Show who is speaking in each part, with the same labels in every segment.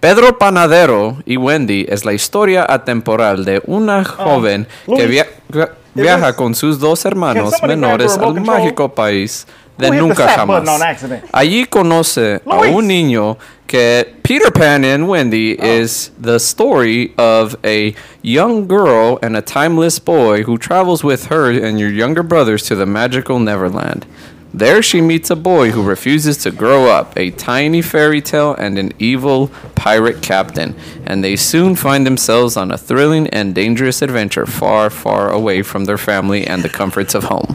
Speaker 1: Pedro Panadero y Wendy es la historia atemporal de una joven que
Speaker 2: Ah, Luis,
Speaker 1: via- viaja con sus dos hermanos
Speaker 2: somebody grab
Speaker 1: menores
Speaker 2: the remote
Speaker 1: al
Speaker 2: control?
Speaker 1: mágico país de
Speaker 2: Who hit the
Speaker 1: nunca
Speaker 2: set button on
Speaker 1: jamás.
Speaker 2: accident?
Speaker 1: Allí conoce a
Speaker 2: Luis.
Speaker 1: un niño que Peter Pan and Wendy
Speaker 3: Oh.
Speaker 1: is the story of a young girl and a timeless boy who travels with her and your younger brothers to the magical Neverland. There she meets a boy who refuses to grow up, a tiny fairy tale and an evil pirate captain, and they soon find themselves on a thrilling and dangerous adventure far, far away from their family and the comforts of home.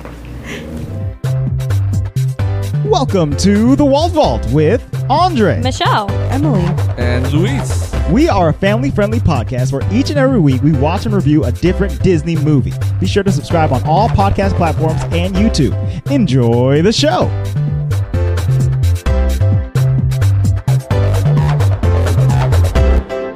Speaker 4: Welcome to the Wald Vault with Andre.
Speaker 3: Michelle.
Speaker 5: Emily.
Speaker 6: And Luis.
Speaker 4: We are a family friendly podcast where each and every week we watch and review a different Disney movie. Be sure to subscribe on all podcast platforms and YouTube. Enjoy the show.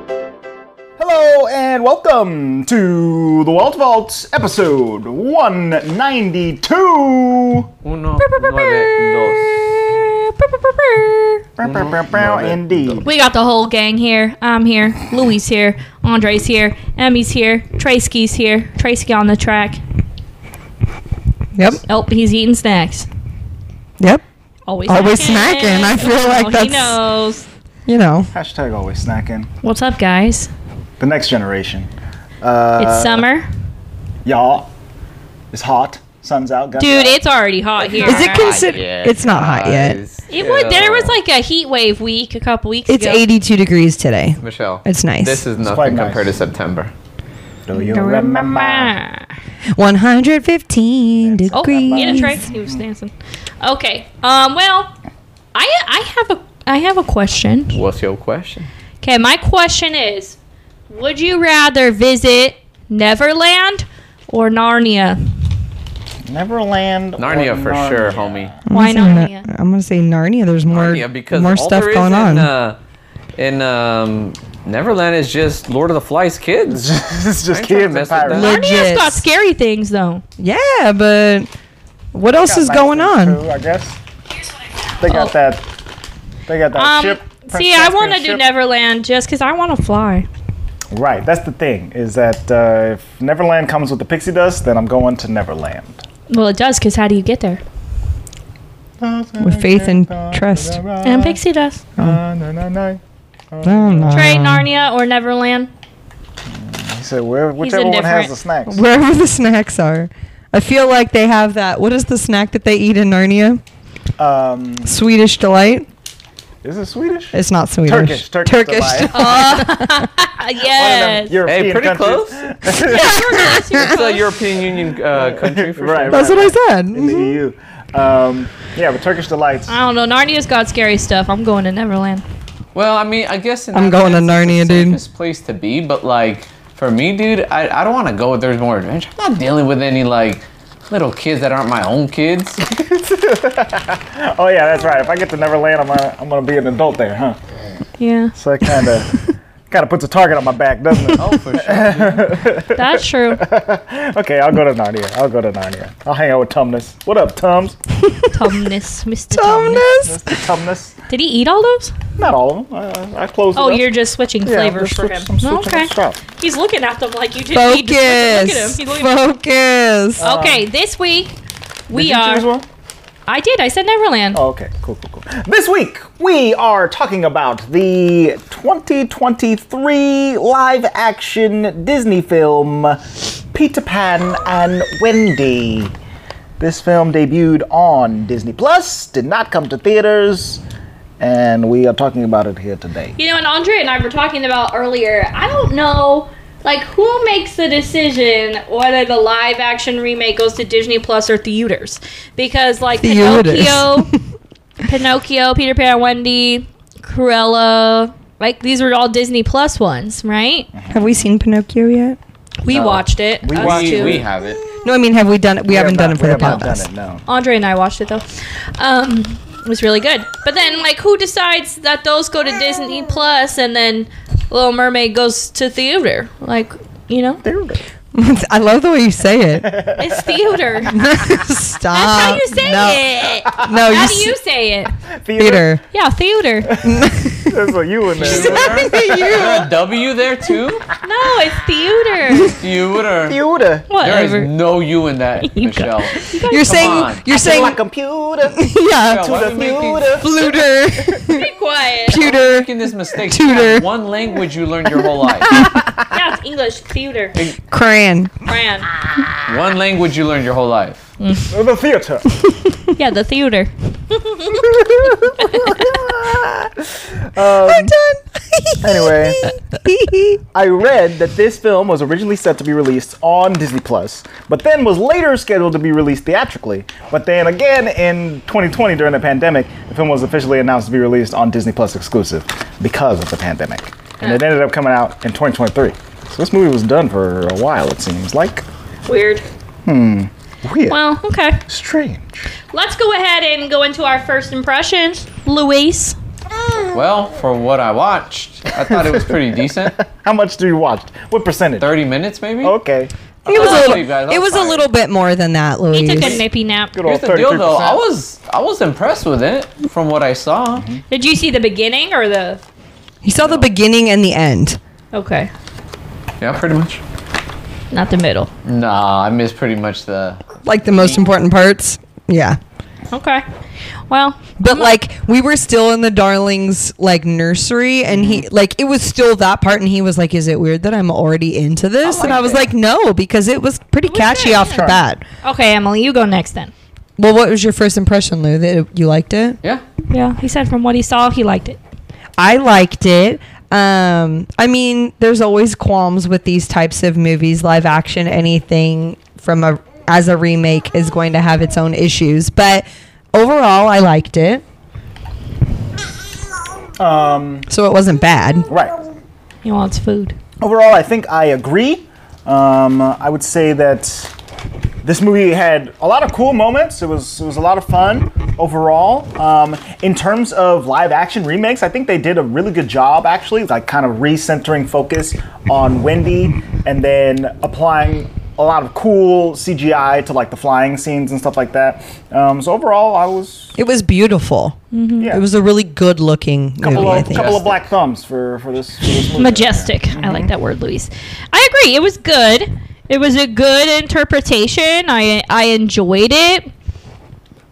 Speaker 2: Hello and welcome to the Walt Vault episode 192.
Speaker 1: Uno, nueve,
Speaker 2: Bow, bow, bow, bow, Indeed.
Speaker 3: We got the whole gang here. I'm here. Louis here. Andre's here. Emmy's here. Tracy's here. Tracy on the track.
Speaker 5: Yep.
Speaker 3: Oh, he's eating snacks.
Speaker 5: Yep.
Speaker 3: Always.
Speaker 5: Always snacking. I feel like
Speaker 3: Oh, He
Speaker 5: that's-
Speaker 3: knows.
Speaker 5: You know.
Speaker 2: Hashtag always snacking.
Speaker 3: What's up, guys?
Speaker 2: The next generation.
Speaker 5: Uh,
Speaker 2: Uh,
Speaker 3: it's summer,
Speaker 2: Y'all, it's hot. Sun's out. guns
Speaker 3: dude.
Speaker 2: out.
Speaker 3: It's already hot here.
Speaker 5: Is it considered? It's not hot yet.
Speaker 3: It was, there was like a heat wave week a couple weeks
Speaker 5: It's
Speaker 3: ago.
Speaker 5: 82 degrees today.
Speaker 1: Michelle.
Speaker 5: It's nice.
Speaker 1: This is
Speaker 2: quite
Speaker 1: nothing
Speaker 2: nice.
Speaker 1: compared to September.
Speaker 2: Do you remember?
Speaker 3: Ah.
Speaker 5: 115
Speaker 3: Oh,
Speaker 5: degrees.
Speaker 3: get a tray. He was dancing. Okay. Um. Well, I I have a I have a question.
Speaker 1: What's your question?
Speaker 3: Okay, my question is Would you rather visit Neverland or Narnia?
Speaker 2: Neverland. or
Speaker 1: Narnia for sure, homie.
Speaker 5: I'm
Speaker 3: Why
Speaker 5: gonna say
Speaker 3: Narnia?
Speaker 5: Na- I'm gonna say Narnia. There's more
Speaker 1: Narnia because
Speaker 5: more
Speaker 1: all
Speaker 5: stuff
Speaker 1: there is
Speaker 5: going
Speaker 1: in,
Speaker 5: on.
Speaker 1: uh, in um, Neverland is just Lord of the Flies kids.
Speaker 2: it's just
Speaker 1: ain't trying to
Speaker 2: kids and
Speaker 1: mess with that.
Speaker 2: pirates.
Speaker 5: Look,
Speaker 3: Narnia's
Speaker 5: Legit.
Speaker 3: got scary things, though.
Speaker 5: yeah, but what else is
Speaker 2: Nice
Speaker 5: going
Speaker 2: things,
Speaker 5: on?
Speaker 2: too, I guess. They got
Speaker 3: Oh.
Speaker 2: that. They got that
Speaker 3: Um,
Speaker 2: ship.
Speaker 3: see,
Speaker 2: princess
Speaker 3: I want to
Speaker 2: ship.
Speaker 3: do Neverland just because I want to fly.
Speaker 2: Right, that's the thing. Is that uh, if Neverland comes with the pixie dust, then I'm going to Neverland.
Speaker 3: Well, it does because how do you get there?
Speaker 5: With faith and trust.
Speaker 3: And Pixie Dust.
Speaker 2: Na, na, na, na.
Speaker 5: No, no.
Speaker 3: Trey, Narnia, or Neverland?
Speaker 2: He said, "Where, whichever one has
Speaker 3: indifferent.
Speaker 2: the snacks."
Speaker 5: Wherever the snacks are. I feel like they have that. What is the snack that they eat in Narnia?
Speaker 2: Um,
Speaker 5: Swedish delight.
Speaker 2: is it Swedish?
Speaker 5: It's not
Speaker 2: Turkish,
Speaker 5: Swedish.
Speaker 2: Turkish delight.
Speaker 5: delight. Oh.
Speaker 3: Uh, yes.
Speaker 2: European
Speaker 1: hey, pretty
Speaker 2: countries.
Speaker 1: close. it's a European Union uh, country for sure.
Speaker 2: Right, right.
Speaker 5: That's what I said. Mm-hmm.
Speaker 2: In the E EU. Um, yeah, but Turkish delights.
Speaker 3: I don't know. Narnia's got scary stuff. I'm going to Neverland.
Speaker 1: Well, I mean, I guess in
Speaker 5: I'm
Speaker 1: that
Speaker 5: going to
Speaker 1: sense,
Speaker 5: Narnia,
Speaker 1: it's the
Speaker 5: dude.
Speaker 1: safest place to be, but like for me, dude, I, I don't want to go. If there's more adventure. I'm not dealing with any like little kids that aren't my own kids.
Speaker 2: Oh yeah, that's right. If I get to Neverland, I'm gonna, I'm gonna be an adult there, huh?
Speaker 3: Yeah,
Speaker 2: So that kind of kind of puts a target on my back, doesn't it?
Speaker 1: oh, for sure.
Speaker 3: that's true.
Speaker 2: Okay, I'll go to Narnia. I'll go to Narnia. I'll hang out with Tumnus. What up, Tums?
Speaker 3: Tumnus, Mr. Tumnus.
Speaker 5: Tumnus.
Speaker 2: Tumnus.
Speaker 3: Did he eat all those?
Speaker 2: Not all of them. I, I closed.
Speaker 3: Oh,
Speaker 2: it up.
Speaker 3: you're just switching
Speaker 2: Yeah, I'm
Speaker 3: flavors
Speaker 2: just
Speaker 3: for
Speaker 2: switch-
Speaker 3: him.
Speaker 2: I'm switching
Speaker 3: okay.
Speaker 2: up stuff.
Speaker 3: He's looking at them like you did. He just- look at him.
Speaker 5: Focus.
Speaker 3: He's looking at-
Speaker 5: Focus.
Speaker 3: okay, this week we
Speaker 2: Did you
Speaker 3: are.
Speaker 2: choose one?
Speaker 3: I did. I said Neverland.
Speaker 2: Oh, okay. Cool, cool, cool. This week, we are talking about the 2023 live action Disney film Peter Pan and Wendy. This film debuted on Disney Plus, did not come to theaters, and we are talking about it here today.
Speaker 3: You know, and Andre and I were talking about earlier. I don't know, like who makes the decision whether the live action remake goes to Disney Plus or theaters? Because like
Speaker 5: Theaters.
Speaker 3: Pinocchio, Pinocchio, Peter Pan, Wendy, Cruella. Like these were all Disney Plus ones, right?
Speaker 5: Have we seen Pinocchio yet?
Speaker 3: We watched it. We
Speaker 1: we, we have it.
Speaker 5: No, I mean, have we done it? We, haven't done it
Speaker 2: we
Speaker 5: for the
Speaker 2: have not
Speaker 5: podcast.
Speaker 2: Done it, no.
Speaker 3: Andre and I watched it though. Um, it was really good. But then, like, who decides that those go to Disney Plus and then Little Mermaid goes to theater? Like, you know,
Speaker 5: I love the way you say it.
Speaker 3: it's theater. That's
Speaker 5: Stop.
Speaker 3: how you say
Speaker 5: Uh, no.
Speaker 3: it.
Speaker 5: No,
Speaker 3: How
Speaker 5: you,
Speaker 3: do you
Speaker 5: s-
Speaker 3: say it?
Speaker 2: Theater.
Speaker 5: theater.
Speaker 3: Yeah, theater.
Speaker 2: That's what you and there.
Speaker 5: you.
Speaker 1: a W there too?
Speaker 3: No, it's theater.
Speaker 1: Theater.
Speaker 2: Computer.
Speaker 1: There is
Speaker 3: Whatever.
Speaker 1: no U in that, Michelle.
Speaker 5: You're saying
Speaker 1: on.
Speaker 5: you're saying
Speaker 2: Like computer.
Speaker 5: yeah.
Speaker 1: Michelle, why are we making,
Speaker 2: Computer.
Speaker 5: Fluter,
Speaker 3: Be quiet.
Speaker 5: pewter.
Speaker 1: making this mistake?
Speaker 5: Tutor.
Speaker 1: One language you learned your whole life.
Speaker 3: Yeah, it's English theater.
Speaker 5: Crayon.
Speaker 3: Ran.
Speaker 1: One language you learned your whole life.
Speaker 2: The theater.
Speaker 3: Yeah, the theater.
Speaker 5: I'm done.
Speaker 2: Um, Anyway. I read that this film was originally set to be released on Disney Plus, but then was later scheduled to be released theatrically. But then again, in 2020, during the pandemic, the film was officially announced to be released on Disney Plus exclusive because of the pandemic, and it ended up coming out in 2023. So this movie was done for a while, it seems like.
Speaker 3: Weird.
Speaker 2: Weird,
Speaker 3: Well, okay.
Speaker 2: strange.
Speaker 3: Let's go ahead and go into our first impressions. Luis.
Speaker 1: Well, for what I watched, I thought it was pretty decent.
Speaker 2: How much do you watch? What percentage?
Speaker 1: 30 minutes maybe?
Speaker 2: Okay,
Speaker 5: It was a
Speaker 1: Hey,
Speaker 5: little.
Speaker 1: guys, I'm
Speaker 5: It was a
Speaker 1: tired.
Speaker 5: little bit more than that, Louise.
Speaker 3: He took a nippy nap.
Speaker 2: good old
Speaker 1: Here's the deal though, I
Speaker 2: 33%.
Speaker 1: was I was impressed with it from what I saw.
Speaker 3: Did you see the beginning or the.
Speaker 5: He saw the beginning and the end.
Speaker 3: Okay.
Speaker 1: Yeah, pretty much.
Speaker 3: Not the middle.
Speaker 1: Nah, I missed pretty much the
Speaker 5: Like the most important parts. Yeah.
Speaker 3: Okay. Well,
Speaker 5: But like we were still in the darling's like nursery and he like it was still that part and he was like, Is it weird that I'm already into this? and I was like, No, because it was pretty
Speaker 3: was
Speaker 5: catchy
Speaker 3: good,
Speaker 5: off
Speaker 3: yeah.
Speaker 5: the bat.
Speaker 3: okay, Emily, you go next then.
Speaker 5: Well, what was your first impression, Lou? That it- you liked it?
Speaker 1: Yeah.
Speaker 3: Yeah, he said from what he saw, he liked it.
Speaker 5: I liked it. Um, I mean, there's always qualms with these types of movies, live action, anything from a as a remake is going to have its own issues. But overall, I liked it. Um, so it wasn't bad.
Speaker 2: right.
Speaker 3: He wants food.
Speaker 2: overall, I think I agree. Um, I would say that this movie had a lot of cool moments. It was it was a lot of fun overall. Um, in terms of live action remakes, I think they did a really good job actually, like kind of recentering focus on Wendy and then applying a lot of cool CGI to like the flying scenes and stuff like that. Um, so overall, I was
Speaker 5: It was beautiful.
Speaker 2: yeah,
Speaker 5: It was a really good looking movie.
Speaker 2: Mm-hmm. couple
Speaker 5: I
Speaker 2: of,
Speaker 5: think.
Speaker 2: couple of black thumbs for for this. For this movie.
Speaker 3: Majestic. I like that word, Luis. I agree. It was good. It was a good interpretation. I I enjoyed it.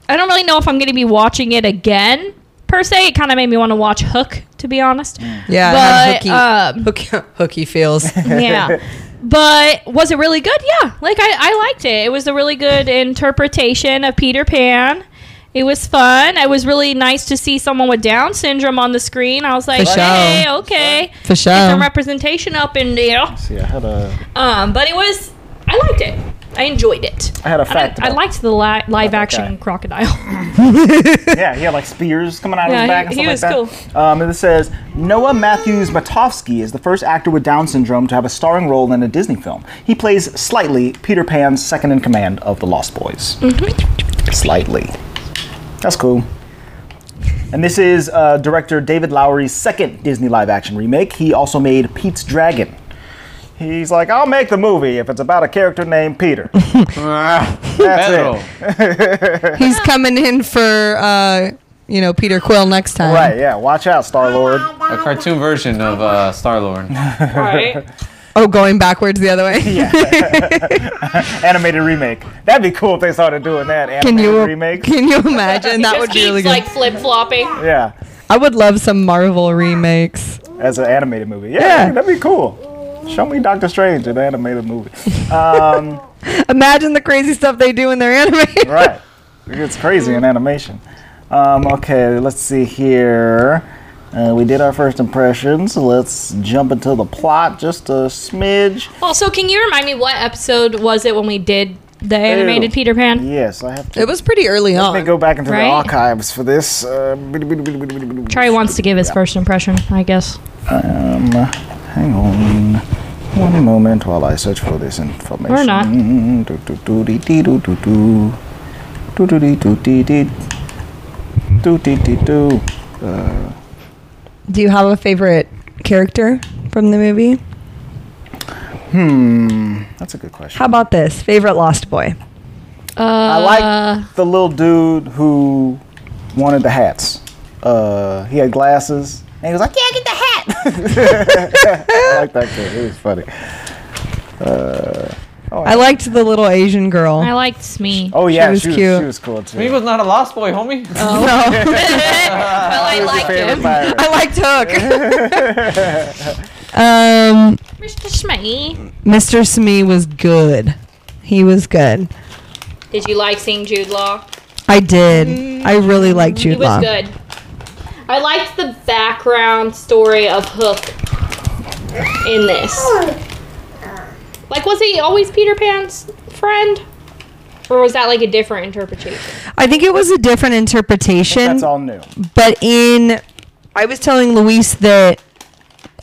Speaker 3: I don't really know if I'm going to be watching it again per se. It kind of made me want to watch Hook, to be honest.
Speaker 5: Yeah, it had
Speaker 3: But, um,
Speaker 5: hooky, hooky, hooky feels.
Speaker 3: yeah. But was it really good? Yeah. Like I, I liked it. It was a really good interpretation of Peter Pan. It was fun. It was really nice to see someone with Down syndrome on the screen. I was like,
Speaker 5: For sure. Oh.
Speaker 3: hey, okay.
Speaker 5: For sure.
Speaker 3: Get some representation up in there.
Speaker 2: See, I had a
Speaker 3: Um, but it was I liked it. I enjoyed it.
Speaker 2: I had a
Speaker 3: I-
Speaker 2: fact.
Speaker 3: I,
Speaker 2: about-
Speaker 3: liked the li- live action
Speaker 2: guy.
Speaker 3: crocodile.
Speaker 2: Yeah, he had like spears coming out
Speaker 3: Yeah,
Speaker 2: of his
Speaker 3: he-
Speaker 2: back and stuff
Speaker 3: he
Speaker 2: like
Speaker 3: was
Speaker 2: that. Um, and it says Noah Matthews Matofsky is the first actor with Down syndrome to have a starring role in a Disney film. He plays slightly Peter Pan's second in command of the Lost Boys.
Speaker 3: Mm-hmm.
Speaker 2: Slightly. That's cool. And this is uh, director David Lowery's second Disney live action remake. He also made Pete's Dragon. He's like, I'll make the movie if it's about a character named Peter. That's
Speaker 1: Pedro.
Speaker 2: it.
Speaker 5: He's coming in for uh, you know Peter Quill next time.
Speaker 2: Right, yeah. Watch out, Star Lord.
Speaker 1: A cartoon version of uh, Star Lord.
Speaker 3: right.
Speaker 5: Oh, going backwards the other way.
Speaker 2: animated remake. That'd be cool if they started doing that
Speaker 5: Can
Speaker 2: animated
Speaker 5: you
Speaker 2: remake.
Speaker 5: can you imagine? That would be really good.
Speaker 3: flip flopping.
Speaker 2: yeah,
Speaker 5: I would love some Marvel remakes.
Speaker 2: as an animated movie. Yeah,
Speaker 5: Yeah.
Speaker 2: that'd be cool. Show me Doctor Strange in an animated movie.
Speaker 5: Imagine the crazy stuff they do in their anime.
Speaker 2: right, it's crazy in animation. Um, okay, let's see here. Uh, we did our first impressions. Let's jump into the plot just a smidge.
Speaker 3: Also, can you remind me what episode was it when we did the animated Peter Pan?
Speaker 2: Yes, I have to.
Speaker 5: It was pretty early
Speaker 2: Let me
Speaker 5: on.
Speaker 2: go back into
Speaker 3: Right?
Speaker 2: the archives for this. Uh,
Speaker 3: Charlie wants to give his first impression, I guess.
Speaker 2: Um, hang on one moment while I search for this information.
Speaker 3: Or not.
Speaker 2: Do, do, do, dee, dee, do, do, do. Do, do, dee, do, dee, dee. Do, dee, dee, do. Uh,
Speaker 5: Do you have a favorite character from the movie?
Speaker 2: hmm, that's a good question.
Speaker 5: How about this? Favorite Lost Boy.
Speaker 3: Uh,
Speaker 2: I like the little dude who wanted the hats. Uh, he had glasses.
Speaker 7: And he was like, yeah, get the hat. I like that kid. He was funny.
Speaker 2: Oh,
Speaker 5: I liked the little Asian girl.
Speaker 3: I liked Smee.
Speaker 7: Oh, yeah. She was,
Speaker 5: was
Speaker 7: she was,
Speaker 5: cute.
Speaker 7: cool, too.
Speaker 1: He was not a lost boy, homie.
Speaker 5: Uh, No,
Speaker 3: well, I
Speaker 7: Who's your
Speaker 3: liked
Speaker 7: favorite
Speaker 3: him.
Speaker 7: pirate?
Speaker 5: I liked Hook. um,
Speaker 3: Mr. Smee.
Speaker 5: Mr. Smee was good. He was good.
Speaker 3: Did you like seeing Jude Law?
Speaker 5: I did. I really liked
Speaker 3: He
Speaker 5: Jude
Speaker 3: was
Speaker 5: Law.
Speaker 3: good. I liked the background story of Hook in this. Like, was he always Peter Pan's friend? Or was that like a different interpretation?
Speaker 5: I think it was a different interpretation,
Speaker 7: That's all new.
Speaker 5: but in I was telling Luis that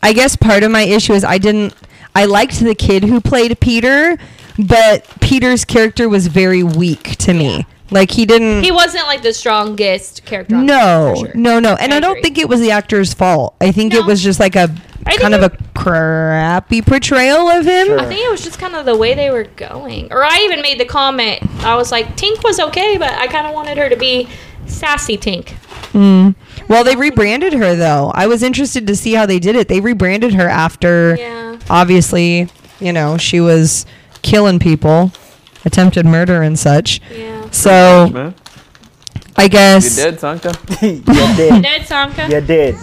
Speaker 5: I guess part of my issue is I didn't I liked the kid who played Peter, but Peter's character was very weak to me. Like he didn't
Speaker 3: He wasn't like the strongest character. on
Speaker 5: no,
Speaker 3: the show, for sure.
Speaker 5: no, no, and
Speaker 3: I
Speaker 5: I, don't
Speaker 3: agree.
Speaker 5: think it was the actor's fault. I think it
Speaker 3: No.
Speaker 5: was just like a
Speaker 3: I
Speaker 5: kind of
Speaker 3: think
Speaker 5: a crappy portrayal of him.
Speaker 3: I think it was just kind of the way they were going. Or I even made the comment. I was like, Tink was okay, but I kind of wanted her to be sassy Tink.
Speaker 5: Well, they rebranded her though. I was interested to see how they did it. They rebranded her after,
Speaker 3: Yeah.
Speaker 5: obviously, you know, she was killing people, attempted murder and such.
Speaker 3: Yeah.
Speaker 5: So
Speaker 1: Man,
Speaker 5: I
Speaker 1: you
Speaker 5: guess
Speaker 1: dead, Sanka?
Speaker 7: you did.
Speaker 3: Dead Sanka.
Speaker 7: You did.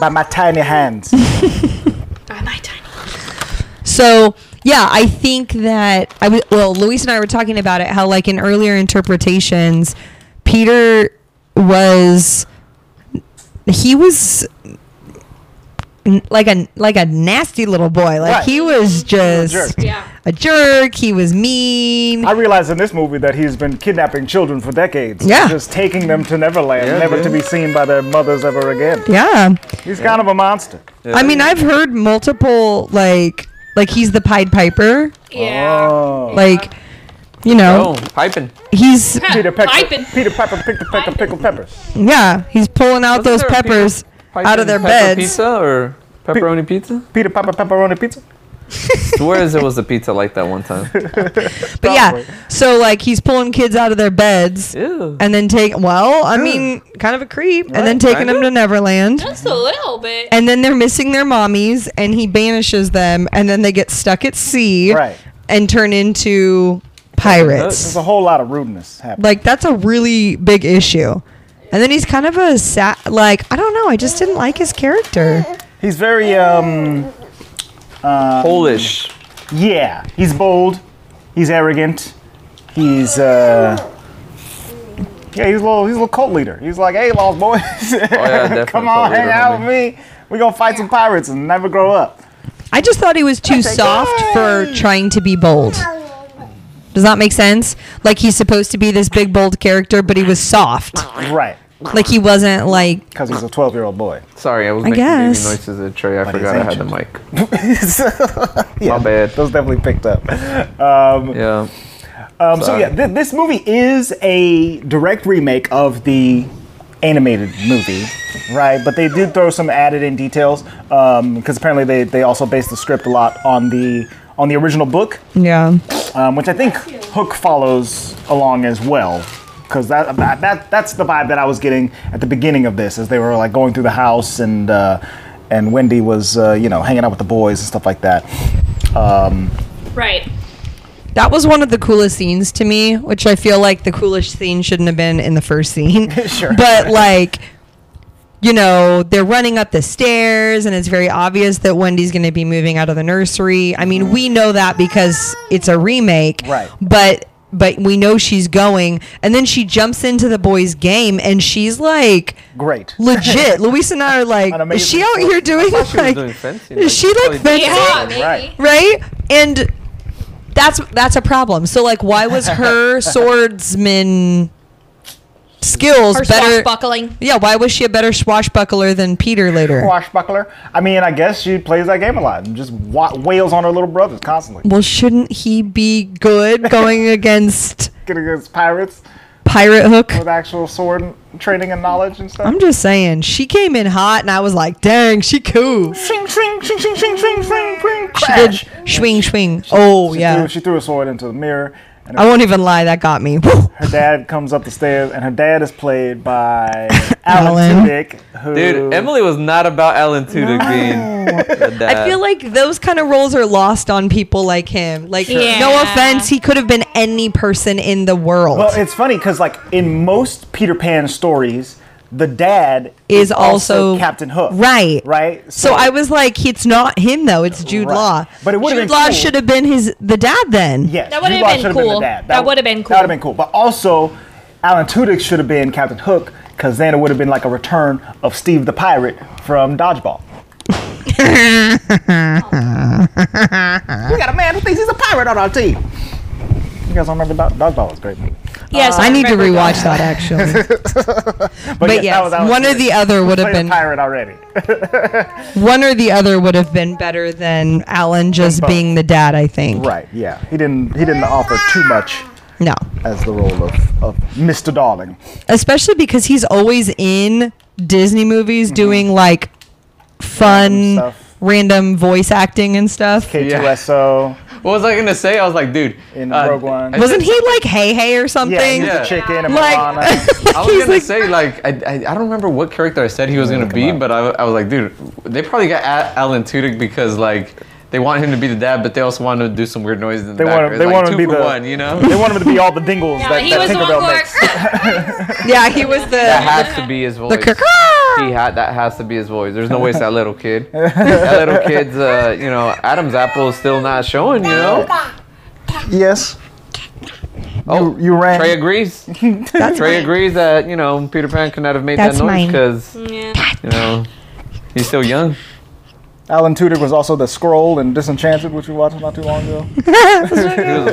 Speaker 7: By my tiny hands.
Speaker 3: By my tiny.
Speaker 5: so. Yeah, I think that I w- well, Luis and I were talking about it how like in earlier interpretations, Peter was he was n- like a like a nasty little boy. Like
Speaker 7: Right.
Speaker 5: he was just
Speaker 7: jerk.
Speaker 3: Yeah.
Speaker 5: a jerk. He was mean.
Speaker 7: I realize in this movie that he's been kidnapping children for decades.
Speaker 5: Yeah.
Speaker 7: Just taking them to Neverland,
Speaker 1: Yeah,
Speaker 7: never
Speaker 1: yeah.
Speaker 7: to be seen by their mothers ever again.
Speaker 5: yeah.
Speaker 7: He's kind of a monster.
Speaker 5: I mean, I've heard multiple like like he's the Pied Piper.
Speaker 3: Yeah.
Speaker 7: Oh.
Speaker 5: Like, you know,
Speaker 1: Oh, piping.
Speaker 5: he's
Speaker 7: Peter Piper.
Speaker 3: Piping.
Speaker 7: Peter Piper picked a peck of pickled peppers.
Speaker 5: yeah, he's pulling out
Speaker 1: Wasn't
Speaker 5: those
Speaker 1: there a Peter
Speaker 5: peppers out of their beds.
Speaker 1: Pizza or pepperoni pizza?
Speaker 7: Peter Piper pepperoni pizza.
Speaker 1: Where is there was a pizza like that one time?
Speaker 5: But yeah, so like he's pulling kids out of their beds.
Speaker 1: Ew.
Speaker 5: And then take well, I mean, kind of a creep, and then taking them to Neverland,
Speaker 3: Just a little bit.
Speaker 5: and then they're missing their mommies, and he banishes them, and then they get stuck at sea,
Speaker 7: Right.
Speaker 5: and turn into pirates.
Speaker 7: There's a whole lot of rudeness happening.
Speaker 5: Like that's a really big issue. And then he's kind of a sad, like I don't know. I just didn't like his character.
Speaker 7: He's very um
Speaker 1: Polish.
Speaker 7: yeah. He's bold. He's arrogant. He's uh yeah, he's a little he's a little cult leader. He's like, hey lost
Speaker 1: Oh,
Speaker 7: boys.
Speaker 1: definitely
Speaker 7: Come
Speaker 1: cult
Speaker 7: on, hang
Speaker 1: leader,
Speaker 7: out
Speaker 1: homie."
Speaker 7: with me. We're gonna fight some pirates and never grow up.
Speaker 5: I just thought he was too soft for trying to be bold. Does that make sense? Like he's supposed to be this big bold character, but he was soft.
Speaker 7: Right.
Speaker 5: Like he wasn't like
Speaker 7: Because he's a twelve year old boy.
Speaker 1: Sorry, I was making
Speaker 5: guess.
Speaker 1: baby noises at Trey. I
Speaker 7: he's
Speaker 1: forgot I had the mic.
Speaker 7: ancient. yeah,
Speaker 1: My bad.
Speaker 7: Those definitely picked up. Um,
Speaker 1: Yeah.
Speaker 7: Um, so
Speaker 1: Sorry.
Speaker 7: yeah, th- this movie is a direct remake of the animated movie, right? But they did throw some added in details because apparently they, they also based the script a lot on the on the original book,
Speaker 5: yeah.
Speaker 7: um, which I think Hook follows along as well. Because that, that that that's the vibe that I was getting at the beginning of this, as they were like going through the house and uh, and Wendy was uh, you know hanging out with the boys and stuff like that. Um,
Speaker 3: Right.
Speaker 5: That was one of the coolest scenes to me, which I feel like the coolest scene shouldn't have been in the first scene.
Speaker 7: Sure.
Speaker 5: But like, you know, they're running up the stairs and it's very obvious that Wendy's going to be moving out of the nursery. I mean, we know that because it's a remake.
Speaker 7: Right.
Speaker 5: But but we know she's going and then she jumps into the boys game and she's like
Speaker 7: great.
Speaker 5: legit. Luis and I are like,
Speaker 7: An
Speaker 5: is
Speaker 7: amazing
Speaker 5: she out here doing
Speaker 1: thought she was
Speaker 5: like
Speaker 1: doing fencing, like,
Speaker 5: is she like
Speaker 1: probably doing
Speaker 5: fencing?
Speaker 3: Yeah, maybe.
Speaker 7: Right.
Speaker 5: right? And that's that's a problem. So like, why was her swordsman skills
Speaker 3: Or
Speaker 5: better?
Speaker 3: swashbuckling.
Speaker 5: Yeah, why was she a better swashbuckler than Peter later?
Speaker 7: swashbuckler. I mean, I guess she plays that game a lot and just wa- wails on her little brothers constantly.
Speaker 5: Well, shouldn't he be good going against
Speaker 7: Getting against pirates
Speaker 5: Pirate Hook?
Speaker 7: with actual sword and training and knowledge and stuff.
Speaker 5: I'm just saying, she came in hot, and I was like, "Dang, she cool." She
Speaker 7: Shing, shing, shing, shing, shing, shing, shing, shing,
Speaker 5: did
Speaker 7: crash.
Speaker 5: swing, swing. Oh
Speaker 7: She
Speaker 5: yeah,
Speaker 7: threw, she threw a sword into the mirror.
Speaker 5: I won't even lie, that got me. Woo.
Speaker 7: Her dad comes up the stairs, and her dad is played by Alan
Speaker 5: Alan.
Speaker 7: Tudyk, who
Speaker 1: Dude, Emily was not about Alan Tudyk being the dad.
Speaker 5: I feel
Speaker 7: Uh,
Speaker 5: like those kind of roles are lost on people like him. Like,
Speaker 3: Yeah.
Speaker 5: no offense, he could have been any person in the world.
Speaker 7: Well, it's funny because like in most Peter Pan stories, the dad
Speaker 5: is also,
Speaker 7: Captain Hook.
Speaker 5: Right.
Speaker 7: Right.
Speaker 5: So I was like, it's not him though. It's Jude
Speaker 7: Right.
Speaker 5: Law.
Speaker 7: But it would've
Speaker 5: Jude
Speaker 7: been
Speaker 5: Law
Speaker 7: cool.
Speaker 5: should have been his the dad then.
Speaker 7: Yes,
Speaker 3: That would've
Speaker 7: Jude Law
Speaker 3: been
Speaker 7: should've
Speaker 3: cool.
Speaker 7: the dad.
Speaker 3: That would've been
Speaker 7: That would have
Speaker 3: cool.
Speaker 7: been cool. But also, Alan Tudyk should have been Captain Hook because then it would have been like a return of Steve the Pirate from Dodgeball. we got a man who thinks he's a pirate on our team. You guys don't remember about Dodgeball? was a great movie.
Speaker 3: Yes,
Speaker 5: I need to
Speaker 3: remember
Speaker 5: rewatch that actually.
Speaker 7: But,
Speaker 5: But yes, one or the other would have
Speaker 7: Played a
Speaker 5: been
Speaker 7: pirate already.
Speaker 5: one or the other would have been better than Alan just
Speaker 7: both.
Speaker 5: being the dad. I think.
Speaker 7: right. Yeah. He didn't. He didn't offer too much
Speaker 5: No,
Speaker 7: as the role of, of Mr. Darling.
Speaker 5: especially because he's always in Disney movies doing like fun,
Speaker 7: Mm-hmm. Random
Speaker 5: random,
Speaker 7: stuff.
Speaker 5: voice acting and stuff.
Speaker 7: K2SO.
Speaker 1: What was I gonna say? I was like, dude. uh,
Speaker 7: In Rogue One.
Speaker 1: I-
Speaker 5: Wasn't he like Hey Hey or something?
Speaker 7: He's
Speaker 1: Yeah.
Speaker 7: a chicken. And
Speaker 5: Like-
Speaker 7: Moana.
Speaker 1: I was gonna
Speaker 7: "Ah."
Speaker 1: say like I, I, I don't remember what character I said he was gonna be, but I, I was like, dude, they probably got A- Alan Tudyk because like they want him to be the dad, but they also want him to do some weird noises in the
Speaker 7: They want
Speaker 1: background.
Speaker 7: him.
Speaker 1: It's
Speaker 7: They
Speaker 1: like
Speaker 7: want him
Speaker 1: two
Speaker 7: to be
Speaker 1: for
Speaker 7: the
Speaker 1: one, you know.
Speaker 7: They want him to be all the dingles
Speaker 3: Yeah,
Speaker 7: that,
Speaker 3: he
Speaker 7: that
Speaker 3: was the one
Speaker 7: Tinkerbell
Speaker 3: who
Speaker 7: makes.
Speaker 5: Yeah, he was
Speaker 1: That
Speaker 5: the
Speaker 1: has to be his voice.
Speaker 5: the caca.
Speaker 1: he had that has to be his voice. There's no way it's that little kid. that little kid's uh, you know, Adam's apple is still not showing, you know.
Speaker 7: Yes.
Speaker 1: Oh,
Speaker 7: You ran.
Speaker 1: Trey agrees. Trey agrees that you know Peter Pan could not have made
Speaker 5: That's
Speaker 1: that noise
Speaker 5: mine.
Speaker 1: because
Speaker 3: Yeah.
Speaker 1: you know he's still young.
Speaker 7: Alan Tudyk was also the Scroll and Disenchanted, which we watched not too long ago.
Speaker 1: He was a
Speaker 3: Oh,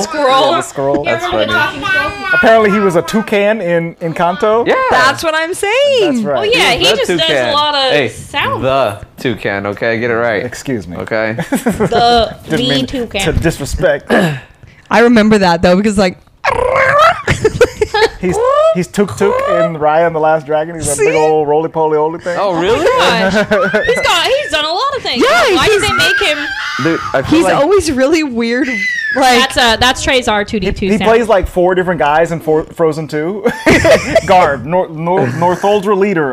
Speaker 3: the
Speaker 1: scroll.
Speaker 3: scroll.
Speaker 7: The Scroll.
Speaker 1: That's
Speaker 3: Remember the
Speaker 1: funny.
Speaker 3: talking scroll?
Speaker 7: Apparently, he was a toucan in Encanto.
Speaker 1: Yeah.
Speaker 5: That's what I'm saying.
Speaker 7: That's right.
Speaker 3: Oh yeah, he
Speaker 1: The
Speaker 3: just does
Speaker 1: toucan.
Speaker 3: a lot of
Speaker 1: hey,
Speaker 3: sound.
Speaker 1: The toucan, okay? Get it right.
Speaker 7: Excuse me.
Speaker 1: Okay.
Speaker 3: The
Speaker 7: Didn't
Speaker 3: the
Speaker 7: mean to
Speaker 3: toucan.
Speaker 7: disrespect.
Speaker 5: I remember that though because like Oh
Speaker 7: He's he's Tuk Tuk in Raya and the Last Dragon. He's a big
Speaker 5: See?
Speaker 7: old roly poly oly thing.
Speaker 1: Oh, really?
Speaker 3: Gosh. he's got he's done a lot of things.
Speaker 5: Yeah,
Speaker 3: why did
Speaker 5: he's-
Speaker 3: they make him?
Speaker 1: Dude, I feel
Speaker 5: he's
Speaker 1: like
Speaker 5: always really weird. Like
Speaker 3: That's uh that's Trey's R two D two.
Speaker 7: He plays like four different guys in for- Frozen 2. Garb, Nor- Nor- Northoldra leader,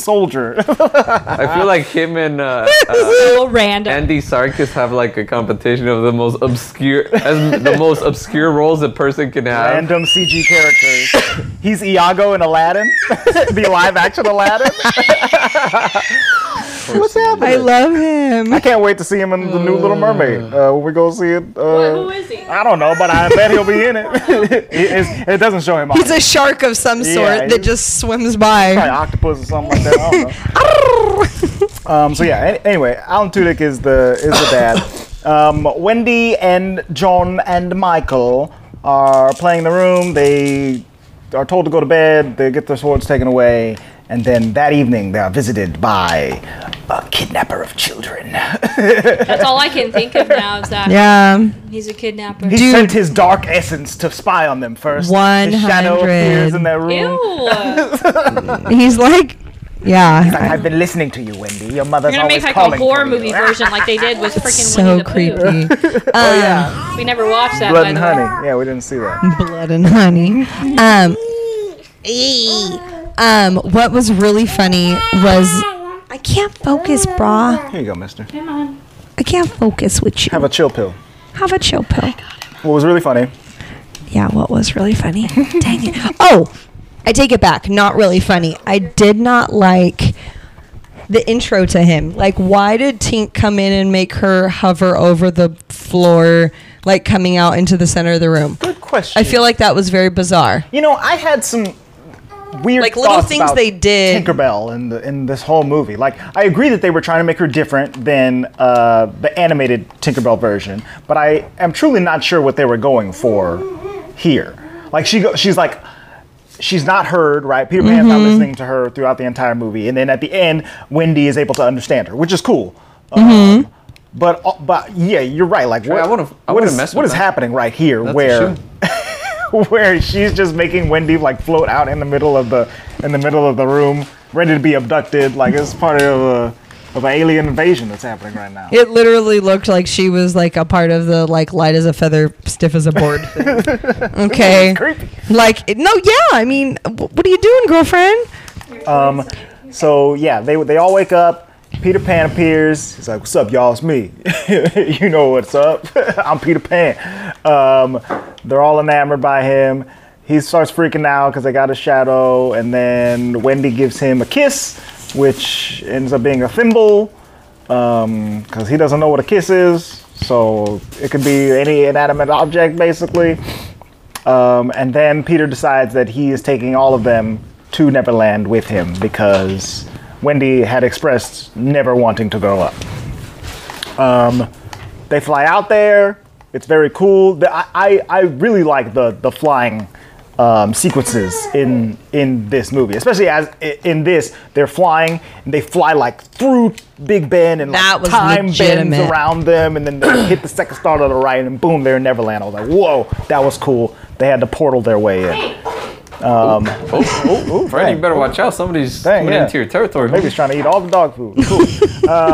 Speaker 7: soldier.
Speaker 1: I feel like him and uh,
Speaker 3: so random.
Speaker 1: Andy Sarkis have like a competition of the most obscure as the most obscure roles a person can have.
Speaker 7: Random CG characters. He's Iago in Aladdin, the live action Aladdin. What's happening?
Speaker 5: I love him.
Speaker 7: I can't wait to see him in the new Little Mermaid uh, when we go see it.
Speaker 3: Who
Speaker 7: Uh,
Speaker 3: is he?
Speaker 7: I don't know, but I bet he'll be in it. it, it's- it doesn't show him.
Speaker 5: He's a shark of some sort
Speaker 7: Yeah,
Speaker 5: that
Speaker 7: he's-
Speaker 5: just swims by.
Speaker 7: probably octopus or something like that. I don't know. Um, so yeah. an- Anyway, Alan Tudyk is the is the dad. um, Wendy and John and Michael are playing the room. They are told to go to bed. They get their swords taken away, and then that evening they are visited by a kidnapper of children.
Speaker 3: That's all I can think of now is that
Speaker 5: yeah.
Speaker 3: he's a kidnapper.
Speaker 7: he sent his dark essence to spy on them first. His shadow
Speaker 5: 100.
Speaker 7: appears in their room.
Speaker 3: Ew.
Speaker 5: He's like yeah.
Speaker 7: I've been listening to you, Wendy. Your mother's
Speaker 3: They're gonna make like
Speaker 7: always
Speaker 3: a
Speaker 7: calling
Speaker 3: horror
Speaker 7: for you.
Speaker 3: movie version like they did with freaking
Speaker 5: So
Speaker 3: Winnie the Pooh.
Speaker 5: creepy.
Speaker 7: Oh yeah,
Speaker 3: We never watched that.
Speaker 7: blood
Speaker 3: by
Speaker 7: and
Speaker 3: the way.
Speaker 7: honey. Yeah, we didn't see that.
Speaker 5: Blood and honey. Um ee. Um what was really funny was I can't focus, brah.
Speaker 7: Here you go, Mister.
Speaker 5: I can't focus with you.
Speaker 7: Have a Oh chill pill.
Speaker 5: Have a chill pill.
Speaker 7: What was really funny?
Speaker 5: Yeah, what was really funny? Dang it. Oh, I take it back. Not really funny. I did not like the intro to him. Like, why did Tink come in and make her hover over the floor, like coming out into the center of the room?
Speaker 7: Good question.
Speaker 5: I feel like that was very bizarre.
Speaker 7: you know I had some weird
Speaker 5: Like, little
Speaker 7: thoughts
Speaker 5: things
Speaker 7: about
Speaker 5: they did.
Speaker 7: Tinkerbell in the, in this whole movie. Like I agree that they were trying to make her different than uh, the animated Tinkerbell version, but I am truly not sure what they were going for here. Like she go, she's like she's not heard, right? Peter Pan's
Speaker 5: Mm-hmm.
Speaker 7: not listening to her throughout the entire movie, and then at the end, Wendy is able to understand her, which is cool. Um,
Speaker 5: Mm-hmm.
Speaker 7: but uh, but yeah, you're right. Like what,
Speaker 1: I would've- I
Speaker 7: what
Speaker 1: would've
Speaker 7: is
Speaker 1: messed
Speaker 7: what
Speaker 1: with
Speaker 7: is
Speaker 1: that.
Speaker 7: happening right here?
Speaker 1: That's a
Speaker 7: where
Speaker 1: shoe.
Speaker 7: where she's just making Wendy like float out in the middle of the in the middle of the room, ready to be abducted. Like it's part of a of an alien invasion that's happening right now.
Speaker 5: It literally looked like she was like a part of the like light as a feather, stiff as a board. Thing. Okay.
Speaker 7: Creepy.
Speaker 5: Like it- no, yeah. I mean, wh- what are you doing, girlfriend?
Speaker 7: Um, so yeah, they they all wake up. Peter Pan appears. He's like, "What's up, y'all? It's me. you know what's up. I'm Peter Pan." Um, they're all enamored by him. He starts freaking out because they got a shadow, and then Wendy gives him a kiss, which ends up being a thimble because he doesn't know what a kiss is. So it could be any inanimate object, basically. Um, and then Peter decides that he is taking all of them to Neverland with him because Wendy had expressed never wanting to grow up. Um, they fly out there. It's very cool. The, I, I, I really like the, the flying um, sequences in in this movie, especially as i- in this they're flying and they fly like through Big Ben and
Speaker 5: That
Speaker 7: like,
Speaker 5: was
Speaker 7: time
Speaker 5: legitimate.
Speaker 7: bends around them, and then they hit the second star to the right, and boom, they're in Neverland. I was like, whoa, that was cool. They had to portal their way in.
Speaker 1: Oh, oh, oh Freddy, you better watch out. Somebody's
Speaker 7: Dang,
Speaker 1: coming
Speaker 7: yeah.
Speaker 1: into your territory.
Speaker 7: Baby's trying to eat all the dog food. Cool.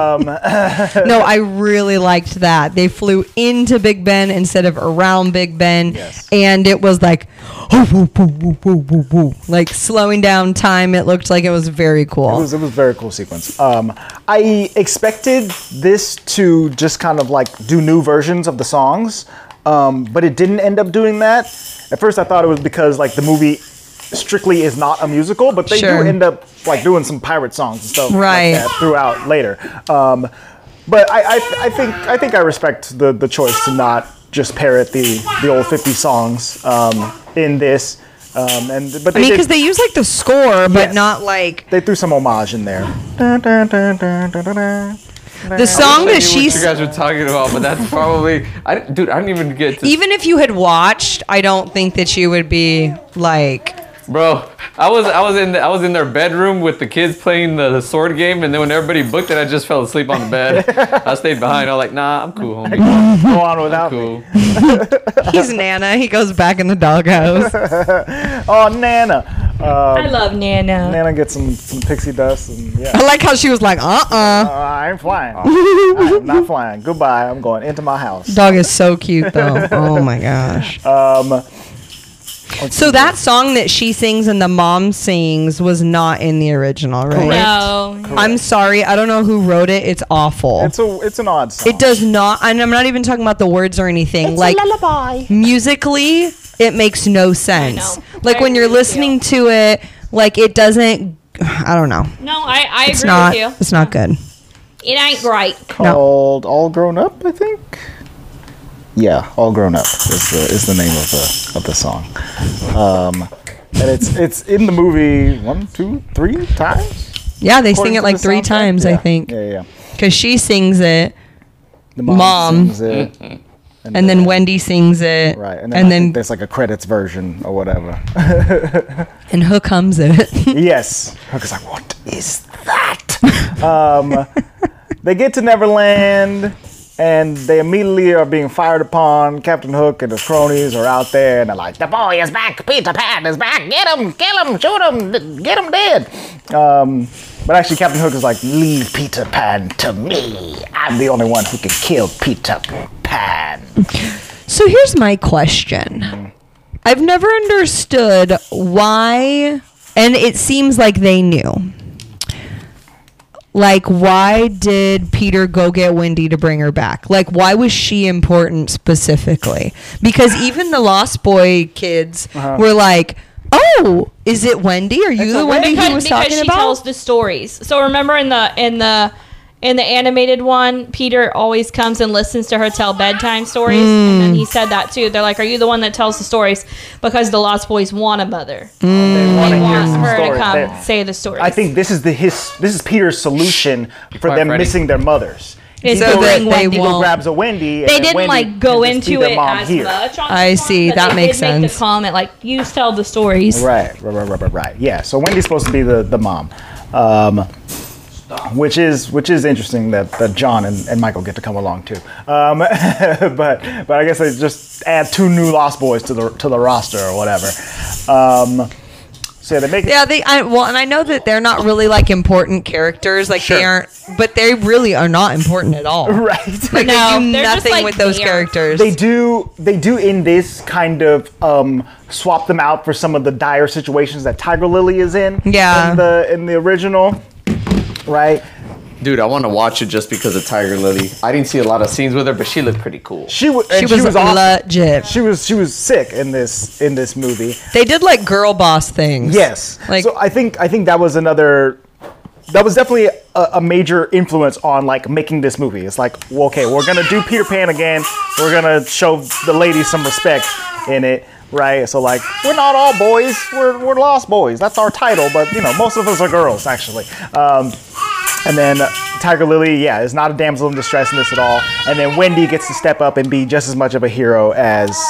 Speaker 5: No, I really liked that. They flew into Big Ben instead of around Big Ben,
Speaker 7: Yes.
Speaker 5: and it was like, "Oh, woo, woo, woo, woo, woo, woo," like slowing down time. It looked like it was very cool.
Speaker 7: It was, it was a very cool sequence. Um, I expected this to just kind of like do new versions of the songs, um, but it didn't end up doing that. At first, I thought it was because like the movie strictly is not a musical, but they
Speaker 5: Sure.
Speaker 7: do end up like doing some pirate songs and stuff
Speaker 5: Right.
Speaker 7: like that throughout later. Um, but I, I, I think I think I respect the the choice to not just parrot the the old 50 songs um, in this. Um, and but
Speaker 5: I
Speaker 7: they
Speaker 5: mean,
Speaker 7: did-
Speaker 5: because they use like the score, but
Speaker 7: Yes.
Speaker 5: not like
Speaker 7: they threw some homage in there. Dun, dun, dun, dun, dun, dun, dun.
Speaker 5: the song
Speaker 1: I
Speaker 5: that
Speaker 1: knew what
Speaker 5: she.
Speaker 1: you
Speaker 5: s-
Speaker 1: guys were talking about, but that's probably. I didn't- dude, I didn't even get to.
Speaker 5: Even if you had watched, I don't think that you would be like.
Speaker 1: Bro, I was I was in I was in their bedroom with the kids playing the, sword game, and then when everybody booked it, I just fell asleep on the bed. I stayed behind. I was like, nah, I'm cool, homie.
Speaker 7: Go on without me.
Speaker 1: Cool.
Speaker 5: He's Nana. He goes back in the doghouse.
Speaker 7: Oh, Nana. Uh,
Speaker 3: I love Nana.
Speaker 7: Nana gets some, some pixie dust and yeah.
Speaker 5: I like how she was like, uh uh
Speaker 7: Uh, I ain't flying. I am not flying. Goodbye. I'm going into my house.
Speaker 5: Dog is so cute though. Oh my gosh.
Speaker 7: Um,
Speaker 5: So that song that she sings and the mom sings was not in the original, right?
Speaker 3: No.
Speaker 5: I'm sorry. I don't know who wrote it. It's awful.
Speaker 7: it's a it's an odd song.
Speaker 5: it does not and I'm not even talking about the words or anything. like
Speaker 3: lullaby.
Speaker 5: musically it makes no sense.
Speaker 3: know.
Speaker 5: Like
Speaker 3: I
Speaker 5: when you're
Speaker 3: agree with you.
Speaker 5: listening to it, like it doesn't I don't know.
Speaker 3: No, I, I
Speaker 5: It's
Speaker 3: agree
Speaker 5: not
Speaker 3: with
Speaker 5: it's not good.
Speaker 3: you. It ain't great.
Speaker 7: called All Grown Up, I think. Yeah, All Grown Up is the is the name of the of the song. Um, and it's it's in the movie one, two, three times.
Speaker 5: Yeah, they sing
Speaker 7: according to
Speaker 5: it
Speaker 7: the
Speaker 5: like 3
Speaker 7: soundtrack.
Speaker 5: times I
Speaker 7: Yeah,
Speaker 5: think.
Speaker 7: Yeah, yeah.
Speaker 5: Cuz she sings it
Speaker 7: The
Speaker 5: Mom.
Speaker 7: sings it,
Speaker 5: and then Wendy sings it.
Speaker 7: Right,
Speaker 5: And then
Speaker 7: and then,
Speaker 5: and,
Speaker 7: I think there's like a credits version or whatever.
Speaker 5: who comes it?
Speaker 7: yes. Hooker's like, what is that? um, they get to Neverland, and they immediately are being fired upon. Captain Hook and his cronies are out there, and they're like, the boy is back, Peter Pan is back, get him, kill him, shoot him, d- get him dead. Um, but actually, Captain Hook is like, leave Peter Pan to me. I'm the only one who can kill Peter Pan.
Speaker 5: so here's my
Speaker 7: Mm-hmm.
Speaker 5: question. I've never understood why and it seems like they knew. Like why did Peter go get Wendy to bring her back? Like why was she important specifically? Because even the Lost Boy kids
Speaker 7: Uh-huh.
Speaker 5: were like, "Oh, is it Wendy? Are you the Wendy
Speaker 3: because,
Speaker 5: he was
Speaker 3: because
Speaker 5: talking
Speaker 3: she
Speaker 5: about?"
Speaker 3: tells the stories. So remember in the in the in the animated one, Peter always comes and listens to her tell bedtime stories, and then
Speaker 5: Hmm.
Speaker 3: he said that too. They're like, "Are you the one that tells the stories?" Because the Lost Boys want a mother.
Speaker 7: They want
Speaker 3: They
Speaker 7: to hear
Speaker 3: want
Speaker 7: some
Speaker 3: her to
Speaker 7: stories.
Speaker 3: come
Speaker 7: They-
Speaker 3: say the stories.
Speaker 7: I think this is the his. This is Peter's solution for
Speaker 1: Quiet,
Speaker 7: them
Speaker 1: Freddy.
Speaker 7: missing their mothers.
Speaker 3: It's
Speaker 5: So
Speaker 3: so
Speaker 5: that
Speaker 3: they
Speaker 5: they
Speaker 7: He
Speaker 5: won't-
Speaker 3: won't.
Speaker 7: grabs a Wendy. And
Speaker 3: They
Speaker 7: then
Speaker 3: didn't
Speaker 7: Wendy
Speaker 3: like go
Speaker 7: can just be
Speaker 3: into
Speaker 7: their
Speaker 3: it
Speaker 7: mom
Speaker 3: as
Speaker 7: here.
Speaker 3: much. On
Speaker 5: I
Speaker 3: this one,
Speaker 5: see,
Speaker 3: but
Speaker 5: that
Speaker 3: they
Speaker 5: makes
Speaker 3: did Make
Speaker 5: sense.
Speaker 3: the comment like, "You tell the stories."
Speaker 7: Right, right, right, right, right, right. Yeah. So Wendy's supposed to be the the mom, um, which is which is interesting that, that John and, and Michael get to come along too. Um, but but I guess they just add two new Lost Boys to the to the roster or whatever. Um, So they make it.
Speaker 5: Yeah, they. I, well, and I know that they're not really like important characters. Like they
Speaker 7: Sure.
Speaker 5: aren't, but they really are not important at all.
Speaker 7: Right.
Speaker 5: Like
Speaker 3: No,
Speaker 5: they do
Speaker 3: they're just,
Speaker 5: nothing
Speaker 3: like,
Speaker 5: with those
Speaker 3: there.
Speaker 5: characters.
Speaker 7: They do. They do in this kind of um, swap them out for some of the dire situations that Tiger Lily is in.
Speaker 5: Yeah.
Speaker 7: In the in the original, right?
Speaker 1: Dude, I want to watch it just because of Tiger Lily. I didn't see a lot of scenes with her, but she looked pretty cool.
Speaker 7: She, wa-
Speaker 5: she
Speaker 7: and
Speaker 5: was,
Speaker 7: she was awesome.
Speaker 5: legit.
Speaker 7: she was she was sick in this in this movie.
Speaker 5: they did like girl boss things.
Speaker 7: Yes.
Speaker 5: Like
Speaker 7: so I think I think that was another that was definitely a, a major influence on like making this movie. It's like, well, okay, we're gonna do Peter Pan again. We're gonna show the ladies some respect in it, right? So like, we're not all boys. We're we're lost boys. That's our title, but you know, most of us are girls actually. Um, and then Tiger Lily, yeah, is not a damsel in distress in this at all. And then Wendy gets to step up and be just as much of a hero as